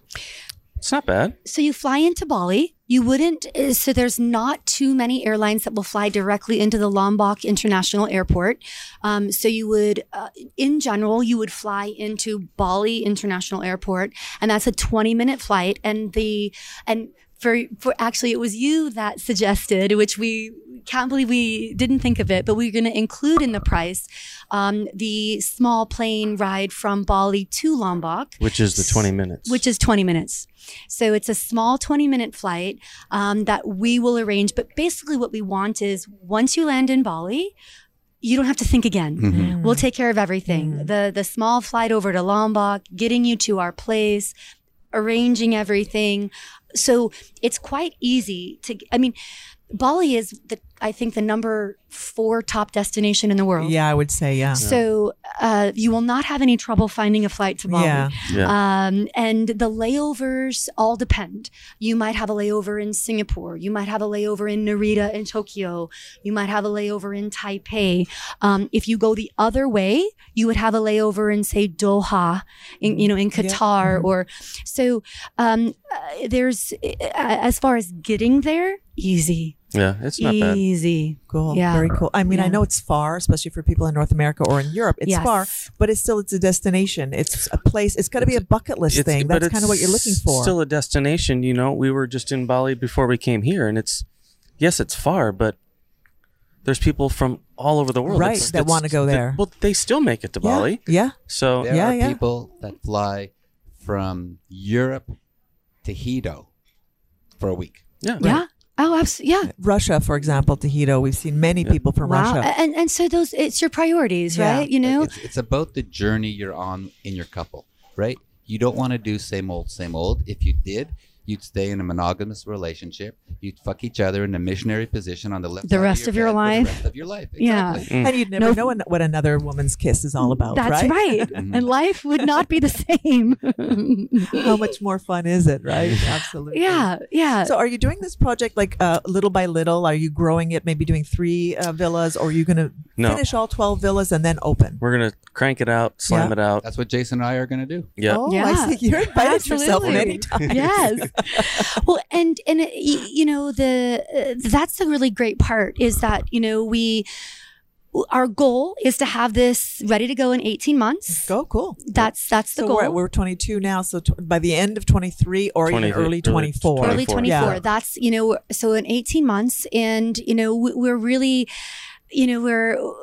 S5: It's not bad.
S4: So you fly into Bali. You wouldn't, uh, so there's not too many airlines that will fly directly into the Lombok International Airport. Um, so you would, uh, in general, you would fly into Bali International Airport, and that's a 20 minute flight. And the, and for, for actually, it was you that suggested, which we can't believe we didn't think of it, but we're going to include in the price um, the small plane ride from Bali to Lombok
S5: Which is the 20 minutes.
S4: which is 20 minutes. So it's a small 20 minute flight um, that we will arrange. But basically, what we want is once you land in Bali, you don't have to think again.
S2: Mm. Mm-hmm.
S4: We'll take care of everything. The the small flight over to Lombok, getting you to our place, arranging everything. So it's quite easy to. I mean, Bali is the I think the number four top destination in the world.
S2: Yeah, I would say yeah.
S4: So uh, you will not have any trouble finding a flight to Bali.
S2: Yeah.
S5: yeah.
S4: Um, and the layovers all depend. You might have a layover in Singapore. You might have a layover in Narita in Tokyo. You might have a layover in Taipei. Um, if you go the other way, you would have a layover in say Doha, in, you know, in Qatar or so. Um, uh, there's uh, as far as getting there, easy,
S5: yeah. It's not bad.
S4: easy.
S2: Cool.
S4: Yeah.
S2: Very cool. I mean, I
S4: Yeah.
S2: know it's far, especially for people in North America or in Europe. It's
S4: Yes.
S2: far, but it's still it's a destination. It's a place. It's got to be a bucket list
S5: It's-
S2: thing.
S5: but
S2: That's kind of what
S5: it's
S2: you're looking for.
S5: Still a destination, you know. We were just in Bali before we came here, and it's yes, it's far, but there's people from all over the world,
S2: Right,
S5: It's-
S2: that
S5: it's-
S2: wanna go
S5: that-
S2: there.
S5: well, they still make it to
S2: yeah.
S5: Bali,
S2: Yeah.
S5: so
S3: There
S2: Yeah,
S3: are
S2: yeah.
S3: people that fly from Europe to Hito for a week.
S5: yeah,
S4: Yeah. Oh, absolutely. Yeah.
S2: Russia, for example, Tahito. We've seen many people from
S4: Wow.
S2: Russia.
S4: And and so those it's your priorities,
S2: Yeah.
S4: right? You
S3: Like,
S4: know.
S3: It's, it's about the journey you're on in your couple, right? You don't want to do same old, same old. If you did, You'd stay in a monogamous relationship. You'd fuck each other in a missionary position on the left.
S4: The
S3: side
S4: rest of your
S3: bed for
S4: life?
S3: The rest of your life.
S4: Yeah.
S3: Exactly.
S5: Mm.
S2: And you'd never
S4: Uh, No-
S2: know an- what another woman's kiss is all about,
S4: That's
S2: right?
S4: right. and life would not be the same.
S2: How much more fun is it, right? Absolutely.
S4: yeah, yeah.
S2: So, are you doing this project like uh, little by little? Are you growing it? Maybe doing three uh, villas, or are you going to
S5: No.
S2: finish all twelve villas and then open?
S5: We're gonna crank it out, slam
S2: Yeah.
S5: it out.
S3: That's what Jason and I are going to do.
S5: Yeah.
S2: Oh,
S4: Yeah.
S2: I see. You're invited yourself
S4: Absolutely.
S2: many times.
S4: yes well and and uh, y- you know the uh, that's the really great part is that you know we our goal is to have this ready to go in 18 months
S2: Go, Oh, cool.
S4: that's that's the
S2: So
S4: goal
S2: we're, we're 22 now. So t- by the end of 23 or even
S5: 23,
S2: early 24.
S4: early 24
S2: Yeah.
S4: that's you know so in 18 months and you know we- we're really you know we're uh,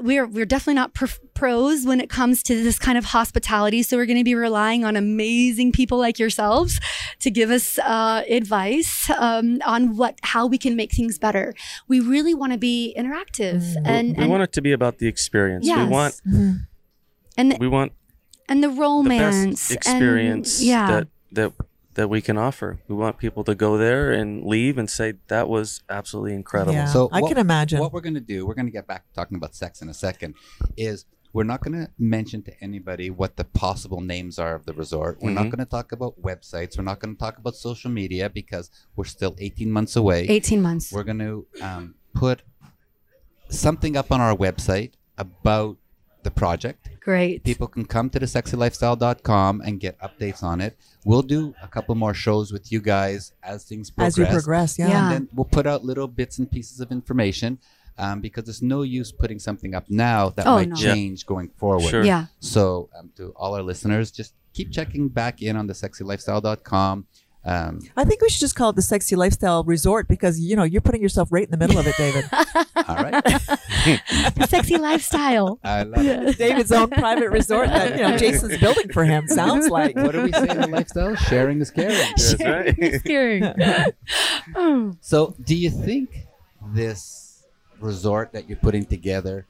S4: we're we're definitely not pr- pros when it comes to this kind of hospitality so we're going to be relying on amazing people like yourselves to give us uh, advice um, on what how we can make things better we really want to be interactive and
S5: we
S4: and,
S5: want it to be about the experience.
S4: Yes.
S5: We want
S4: and the,
S5: we want
S4: and the
S5: the
S4: romance
S5: best experience
S4: and, yeah
S5: that that that we can offer. We want people to go there and leave and say that was absolutely incredible.
S2: Yeah.
S3: So
S2: I
S3: what-
S2: can imagine.
S3: What we're going to do, we're going to get back to talking about sex in a second, is we're not going to mention to anybody what the possible names are of the resort. We're
S4: Mm-hmm.
S3: not
S5: Mhm.
S3: going to talk about websites. We're not going to talk about social media because we're still 18 months away.
S4: 18 months
S3: We're going to um, put something up on our website about the project.
S4: great
S3: People can come to the sexylifestyle.com and get updates on it. We'll do a couple more shows with you guys as things progress.
S2: As you progress, yeah.
S4: Yeah.
S3: And then we'll put out little bits and pieces of information um, because there's no use putting something up now that
S4: Oh,
S3: might
S4: no.
S5: Yeah.
S3: change going forward.
S5: Sure.
S4: yeah
S3: So, um, to all our listeners, just keep checking back in on the sexylifestyle.com. Um,
S2: I think we should just call it the Sexy Lifestyle Resort because you know you're putting yourself right in the middle of it, David.
S3: all right.
S4: sexy lifestyle
S3: I love it.
S2: David's own private resort that you know Jason's building for him. Sounds like.
S3: What do we say in the lifestyle? Sharing is caring.
S5: That's right.
S4: Scary.
S3: So, do you think this resort that you're putting together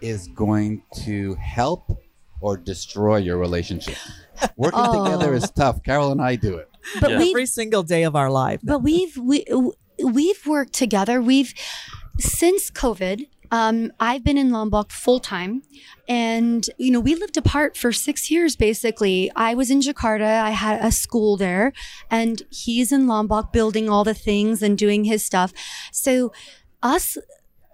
S3: is going to help or destroy your relationship? Working
S4: Oh.
S3: together is tough. Carol and I do it.
S4: But
S5: Yeah.
S4: we
S2: Every single day of our life.
S4: but we've we we've worked together. We've since COVID. Um, I've been in Lombok full time, and you know we lived apart for six years basically. I was in Jakarta. I had a school there, and he's in Lombok building all the things and doing his stuff. So, us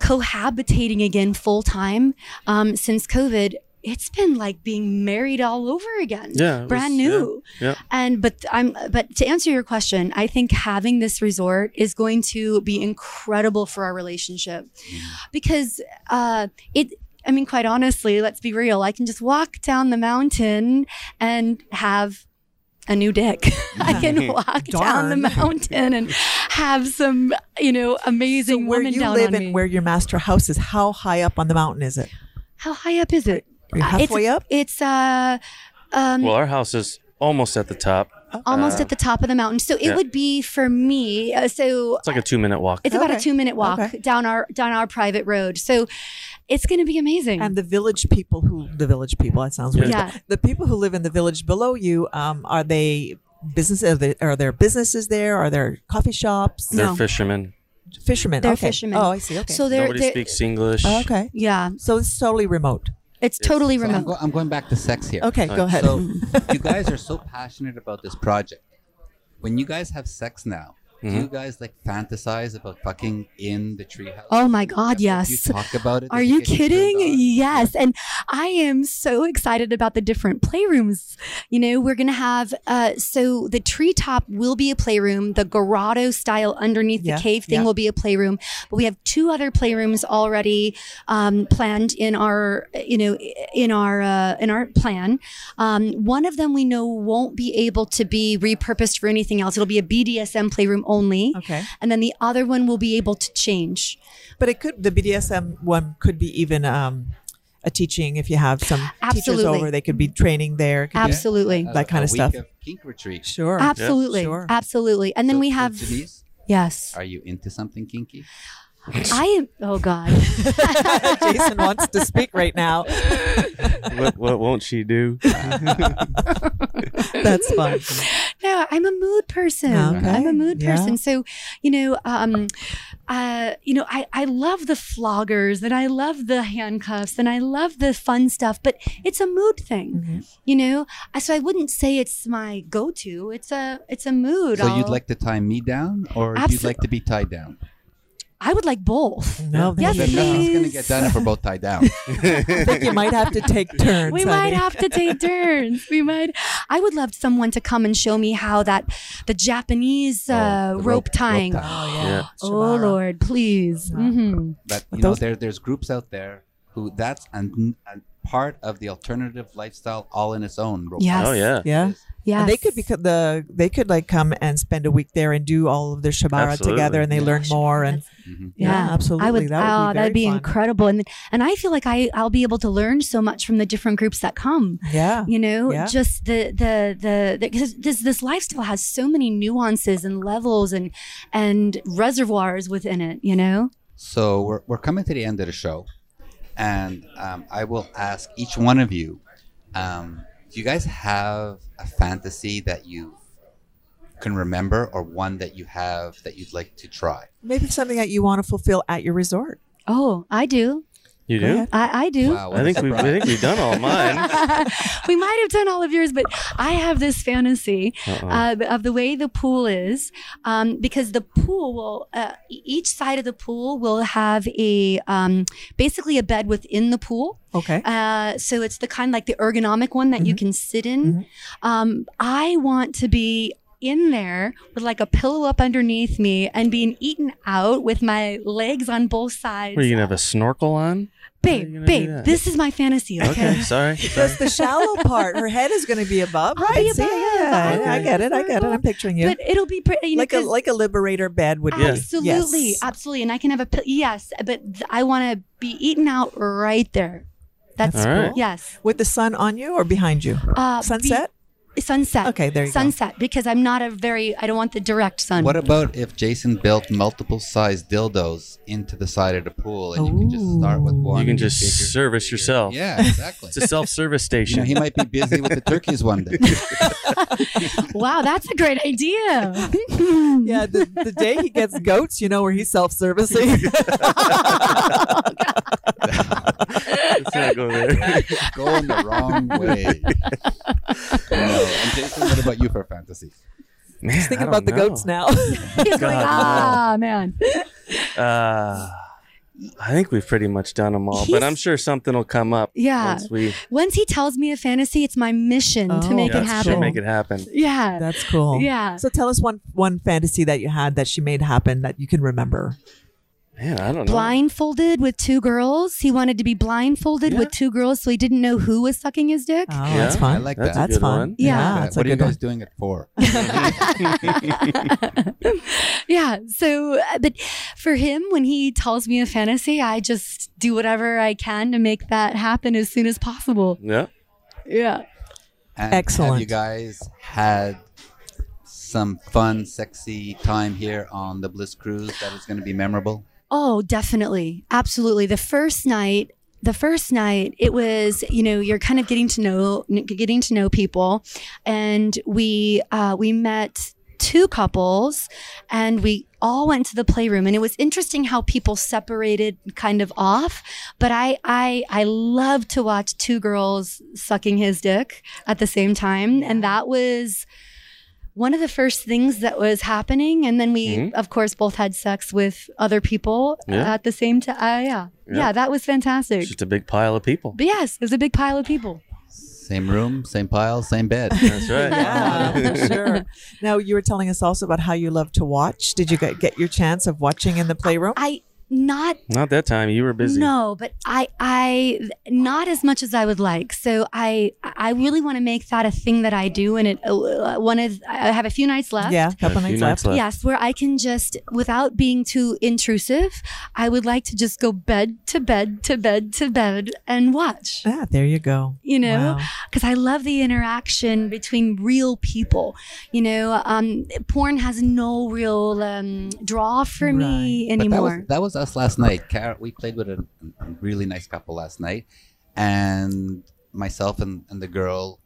S4: cohabitating again full time um, since COVID. It's been like being married all over again.
S5: Yeah, it was-
S4: brand
S5: yeah.
S4: new
S5: Yeah.
S4: and but i'm but to answer your question i think having this resort is going to be incredible for our relationship
S2: Mm.
S4: because uh it i mean quite honestly let's be real i can just walk down the mountain and have a new dick. I can walk down the
S2: Darn.
S4: mountain and have some, you know, amazing
S2: where
S4: woman
S2: you
S4: down
S2: live
S4: on
S2: and
S4: me.
S2: where your master house is, how high up on the mountain is it?
S4: How high up is it?
S2: Are you
S4: Uh, it's-
S2: halfway up?
S4: It's uh, um,
S5: Well, our house is almost at the top.
S4: almost at the top of the mountain. So it
S5: Uh, yeah.
S4: would be for me. Uh, so
S5: It's like a two minute walk.
S4: It's about
S2: Okay.
S4: a two minute walk
S2: Okay.
S4: down our down our private road. So it's going to be amazing.
S2: And the village people who the village people that sounds weird.
S4: Mm. Yeah.
S2: but The people who live in the village below you, um, are they businesses? Are, they, are there businesses there? Are there coffee shops?
S5: They're
S4: no.
S5: fishermen.
S2: Fishermen.
S4: They're
S2: okay.
S4: fishermen.
S2: Oh, I see. Okay.
S4: So they're,
S5: Nobody
S4: they're-
S5: speaks English.
S2: Oh, okay.
S4: yeah,
S2: So it's totally remote.
S4: it's totally
S3: So I'm,
S4: remote.
S3: go- I'm going back to sex here.
S2: Okay, go ahead.
S3: So you guys are so passionate about this project. When you guys have sex now, do you guys like fantasize about fucking in the treehouse?
S4: Oh my God,
S3: Do You
S4: yes.
S3: talk about it.
S4: Are
S3: Does it
S4: you
S3: get turned
S4: kidding?
S3: on?
S4: Yes. And I am so excited about the different playrooms. You know, we're going to have, uh, so the treetop will be a playroom. The Garado style underneath
S2: Yeah,
S4: the cave thing
S2: yeah.
S4: will be a playroom. But we have two other playrooms already um, planned in our, you know, in our, uh, in our plan. Um, one of them we know won't be able to be repurposed for anything else. It'll be a BDSM playroom only.
S2: Okay.
S4: And then the other one will be able to change.
S2: But it could the BDSM one could be even um, a teaching if you have some teachers
S4: Absolutely.
S2: over, they could be training there. It could be-
S4: Absolutely.
S3: A-
S2: That kind
S3: a
S2: of
S3: week
S2: stuff.
S3: Of kink retreat.
S2: Sure.
S4: Absolutely.
S2: Sure.
S4: Absolutely. And then
S3: So-
S4: we
S3: so
S4: have
S3: Denise,
S4: yes.
S3: are you into something kinky?
S4: I am oh god.
S2: Jason wants to speak right now.
S5: what, what won't she do?
S2: That's fun.
S4: No, yeah, I'm a mood person.
S2: Okay.
S4: I'm a mood
S2: Yeah.
S4: person. So, you know, um, uh, you know, I, I love the floggers and I love the handcuffs and I love the fun stuff, but it's a mood thing,
S2: Mhm.
S4: you know? Uh, So I wouldn't say it's my go-to. It's a, it's a mood.
S3: So you'd
S4: I'll-
S3: like to tie me down, or you'd
S4: Absol-
S3: like to be tied down?
S4: I would like both.
S2: No,
S4: Yes,
S3: Then
S2: thank you.
S3: nothing's going to
S4: please.
S3: get done if we're both tied down.
S2: I think you might have to take turns.
S4: we might
S2: honey.
S4: have to take turns. We might. I would love someone to come and show me how that the Japanese
S3: the
S4: uh, rope,
S3: Oh, rope- rope
S4: tying.
S3: tie.
S2: Oh
S5: Yeah.
S2: yeah.
S4: Oh Lord, please.
S2: Yeah.
S4: hmm
S3: But
S2: But
S3: you know,
S2: those-
S3: there there's groups out there who that's an, an part of the alternative lifestyle all in its own. Rope
S4: Yes.
S5: Oh yeah.
S2: Yeah.
S4: Yeah.
S2: And they could be co- the they could like come and spend a week there and do all of their shabara
S5: Absolutely.
S2: together and they
S3: Yeah.
S2: learn more and
S3: Mhm.
S2: yeah,
S4: Yeah.
S2: absolutely
S4: I would.
S2: that would
S4: oh,
S2: be very
S4: that'd be
S2: fun.
S4: incredible. And and I feel like I I'll be able to learn so much from the different groups that come.
S2: Yeah.
S4: You know,
S2: Yeah.
S4: just the the the because this this lifestyle has so many nuances and levels and and reservoirs within it. You know.
S3: So we're, we're coming to the end of the show, and um, I will ask each one of you: um, Do you guys have a fantasy that you can remember, or one that you have that you'd like to try?
S2: Maybe something that you want to fulfill at your resort.
S4: Oh, I do.
S5: You
S2: Go
S5: do?
S2: ahead.
S4: I I do.
S5: I think we I think we've done all mine.
S4: we might have done all of yours, but I have this fantasy
S5: Uh-oh.
S4: uh, of the way the pool is, um, because the pool will uh, e- each side of the pool will have a um, basically a bed within the pool.
S2: Okay.
S4: Uh, so it's the kind like the ergonomic one that you
S5: Mm-hmm.
S4: can sit in. Um, I want to be in there with like a pillow up underneath me and being eaten out with my legs on both sides.
S5: Were you gonna have a snorkel on? How are you
S4: babe,
S5: gonna do
S4: babe,
S5: that?
S4: this is my fantasy.
S5: Okay, sorry. sorry.
S2: Just the shallow part. Her head is going to be above.
S4: I'll
S2: right.
S4: be
S2: See,
S4: above.
S2: yeah.
S4: Okay.
S2: I get it. I get it. I'm picturing you.
S4: But it'll be pretty. You know,
S2: like a
S4: 'cause-
S2: like a liberator bed would be.
S4: Absolutely,
S2: Yes.
S4: absolutely, and I can have a pill- yes, but th- I want to be eaten out right there. That's
S5: All right.
S4: yes,
S2: With the sun on you or behind you?
S4: Uh, be-
S2: Sunset?
S4: sunset.
S2: Okay, there you go.
S4: sunset, because I'm not a very. I don't want the direct sun.
S3: What about if Jason built multiple size dildos into the side of the pool, and you can just start with one?
S5: You can
S3: and
S5: just
S3: figure-
S5: service yourself.
S3: Yeah, exactly.
S5: It's a self-service
S3: you know,
S5: station.
S3: he might be busy with the turkeys one day.
S4: wow, that's a great idea.
S2: Yeah, the, the day he gets goats, you know, where he's self servicing.
S5: Let's not go there.
S3: going the wrong way. no. And Jason, what about you for fantasy?
S5: Man,
S2: Just thinking about the goats now.
S4: He's
S5: God,
S4: like,
S5: no.
S4: ah, man.
S5: Uh, I think we've pretty much done them all, but
S4: He's-
S5: I'm sure something will come up.
S4: Yeah.
S5: Once we
S4: Once he tells me a fantasy, it's my mission
S2: Oh,
S4: to make
S5: yeah,
S4: it
S5: to
S4: happen.
S5: make it happen.
S4: Yeah.
S2: That's cool.
S4: Yeah.
S2: So tell us one one fantasy that you had that she made happen that you can remember.
S5: Man, I don't know.
S4: blindfolded with two girls. He wanted to be blindfolded
S5: Yeah.
S4: with two girls, so he didn't know who was sucking his dick.
S2: Oh,
S5: Yeah,
S2: that's fun.
S3: I like
S5: That's
S3: that.
S5: a
S2: that's
S5: good
S2: fun.
S5: one.
S4: Yeah.
S2: yeah,
S3: Uh,
S2: that's
S3: what
S2: Ah, a
S3: are you
S2: good
S3: guys
S2: one.
S3: doing it for?
S4: yeah. So, uh, but for him, when he tells me a fantasy, I just do whatever I can to make that happen as soon as possible.
S5: Yeah.
S4: Yeah.
S3: And Have
S2: Excellent.
S3: you guys had some fun, sexy time here on the Bliss Cruise that is going to be memorable?
S4: Oh, definitely. Absolutely. The first night, the first night, it was, you know, you're kind of getting to know getting to know people and we uh we met two couples and we all went to the playroom and it was interesting how people separated kind of off but i i i love to watch two girls sucking his dick at the same time and that was one of the first things that was happening and then we of course both had sex with other people
S5: Yeah.
S4: at the same time uh, yeah. yeah that was fantastic
S5: It's just a big pile of people.
S4: but yes it was a big pile of people
S3: Same room, same pile, same bed.
S5: That's right.
S2: Yeah, sure. Now you were telling us also about how you love to watch. Did you get, get your chance of watching in the playroom?
S4: i not
S5: Not that time. You were busy.
S4: No, but I, I, not as much as I would like. So I, I really want to make that a thing that I do. And it, uh, one is, I have a few nights left.
S2: Yeah, a couple
S5: A few
S2: nights left.
S4: Yes, where I can just, without being too intrusive, I would like to just go bed to bed to bed to bed and watch,
S2: Ah, there you go.
S4: you know,
S2: Wow.
S4: because I love the interaction between real people. You know, um, porn has no real um, draw for me
S3: But that was,
S4: anymore.
S3: that was us last night. Car- we played with a, a really nice couple last night, and myself and, and the girl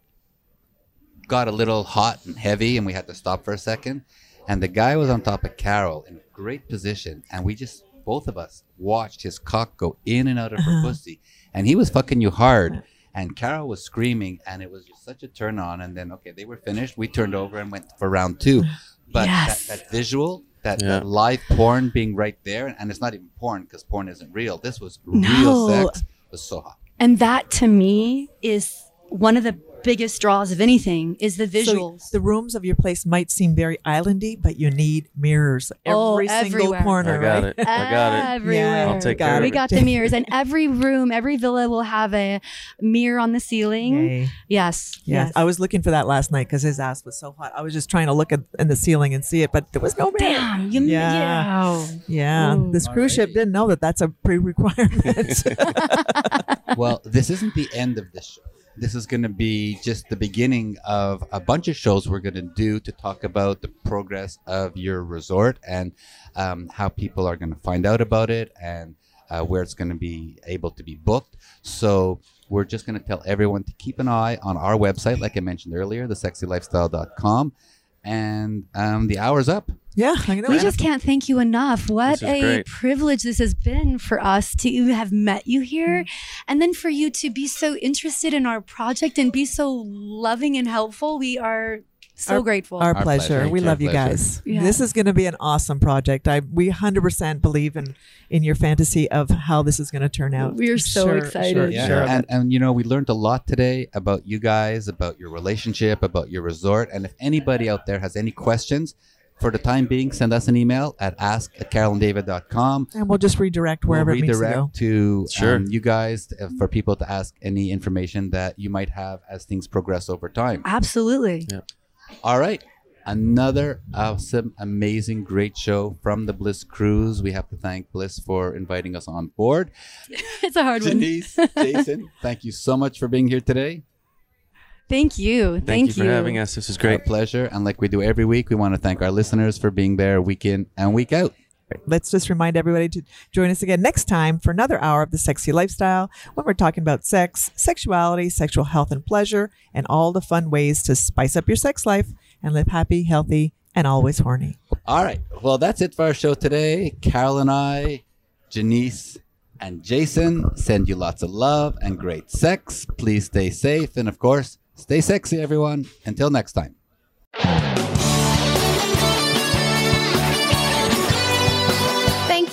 S3: got a little hot and heavy, and we had to stop for a second. And the guy was on top of Carol in great position, and we just both of us watched his cock go in and out of her pussy, and he was fucking you hard. And Carol was screaming, and it was just such a turn on. And then, okay, they were finished. We turned over and went for round two. But
S4: Yes.
S3: that, that visual, that,
S5: Yeah.
S3: that live porn being right there, and it's not even porn because porn isn't real. This was
S4: No.
S3: real sex. It was so hot.
S4: And that to me is one of the biggest draws of anything is the
S2: So
S4: visuals.
S2: the rooms of your place might seem very islandy, but you need mirrors
S4: Oh,
S2: every single
S4: everywhere.
S2: corner.
S5: I got
S2: right?
S5: it. I got it.
S4: Everywhere.
S2: Yeah,
S5: I'll take
S2: got
S5: care
S2: it.
S5: of
S4: we
S5: it.
S4: got the mirrors, and every room, every villa will have a mirror on the ceiling.
S2: Yay.
S4: Yes.
S2: Yes. I was looking for that last night because his ass was so hot. I was just trying to look at in the ceiling and see it, but there was no mirror.
S4: Damn. You,
S2: Yeah.
S4: yeah.
S2: Yeah,
S4: Ooh.
S2: this cruise ship
S3: Alrighty.
S2: didn't know that that's a pre-requirement.
S3: well, this isn't the end of this show. This is going to be just the beginning of a bunch of shows we're going to do to talk about the progress of your resort and um, how people are going to find out about it and uh, where it's going to be able to be booked. So we're just going to tell everyone to keep an eye on our website, like I mentioned earlier, thesexylifestyle.com. And um, the hour's up.
S2: yeah, I know.
S4: We just can't thank you enough. What
S5: This is
S4: a
S5: great.
S4: privilege this has been for us to have met you here
S2: Mm.
S4: and then for you to be so interested in our project and be so loving and helpful. We are so
S2: Our-
S4: grateful.
S2: Our,
S3: Our
S2: pleasure.
S3: pleasure.
S2: We
S3: Our
S2: love you
S3: pleasure.
S2: guys.
S4: Yeah.
S2: This is going to be an awesome project. I we 100% believe in in your fantasy of how this is going to turn out.
S4: We are so
S2: Sure,
S4: excited.
S2: sure,
S3: Yeah,
S2: sure of
S3: and,
S2: it.
S3: and you know we learned a lot today about you guys, about your relationship, about your resort, and if anybody out there has any questions, for the time being, send us an email at ask at carolindavid.com.
S2: And we'll just redirect wherever
S3: we'll
S2: it needs to go.
S3: redirect to
S5: Sure.
S3: um, you guys uh, for people to ask any information that you might have as things progress over time.
S4: Absolutely.
S3: All right. Another awesome, amazing, great show from the Bliss Cruise. We have to thank Bliss for inviting us on board.
S4: It's a hard one.
S3: Denise, Jason, thank you so much for being here today.
S4: Thank you. Thank,
S5: Thank, you for having us. This is great.
S3: Our pleasure. And like we do every week, we want to thank our listeners for being there week in and week out.
S2: Let's just remind everybody to join us again next time for another hour of the sexy lifestyle when we're talking about sex, sexuality, sexual health and pleasure, and all the fun ways to spice up your sex life and live happy, healthy, and always horny.
S3: All right. Well, that's it for our show today. Carol and I, Janice and Jason send you lots of love and great sex. Please stay safe. And of course, stay sexy, everyone. Until next time.
S1: Thank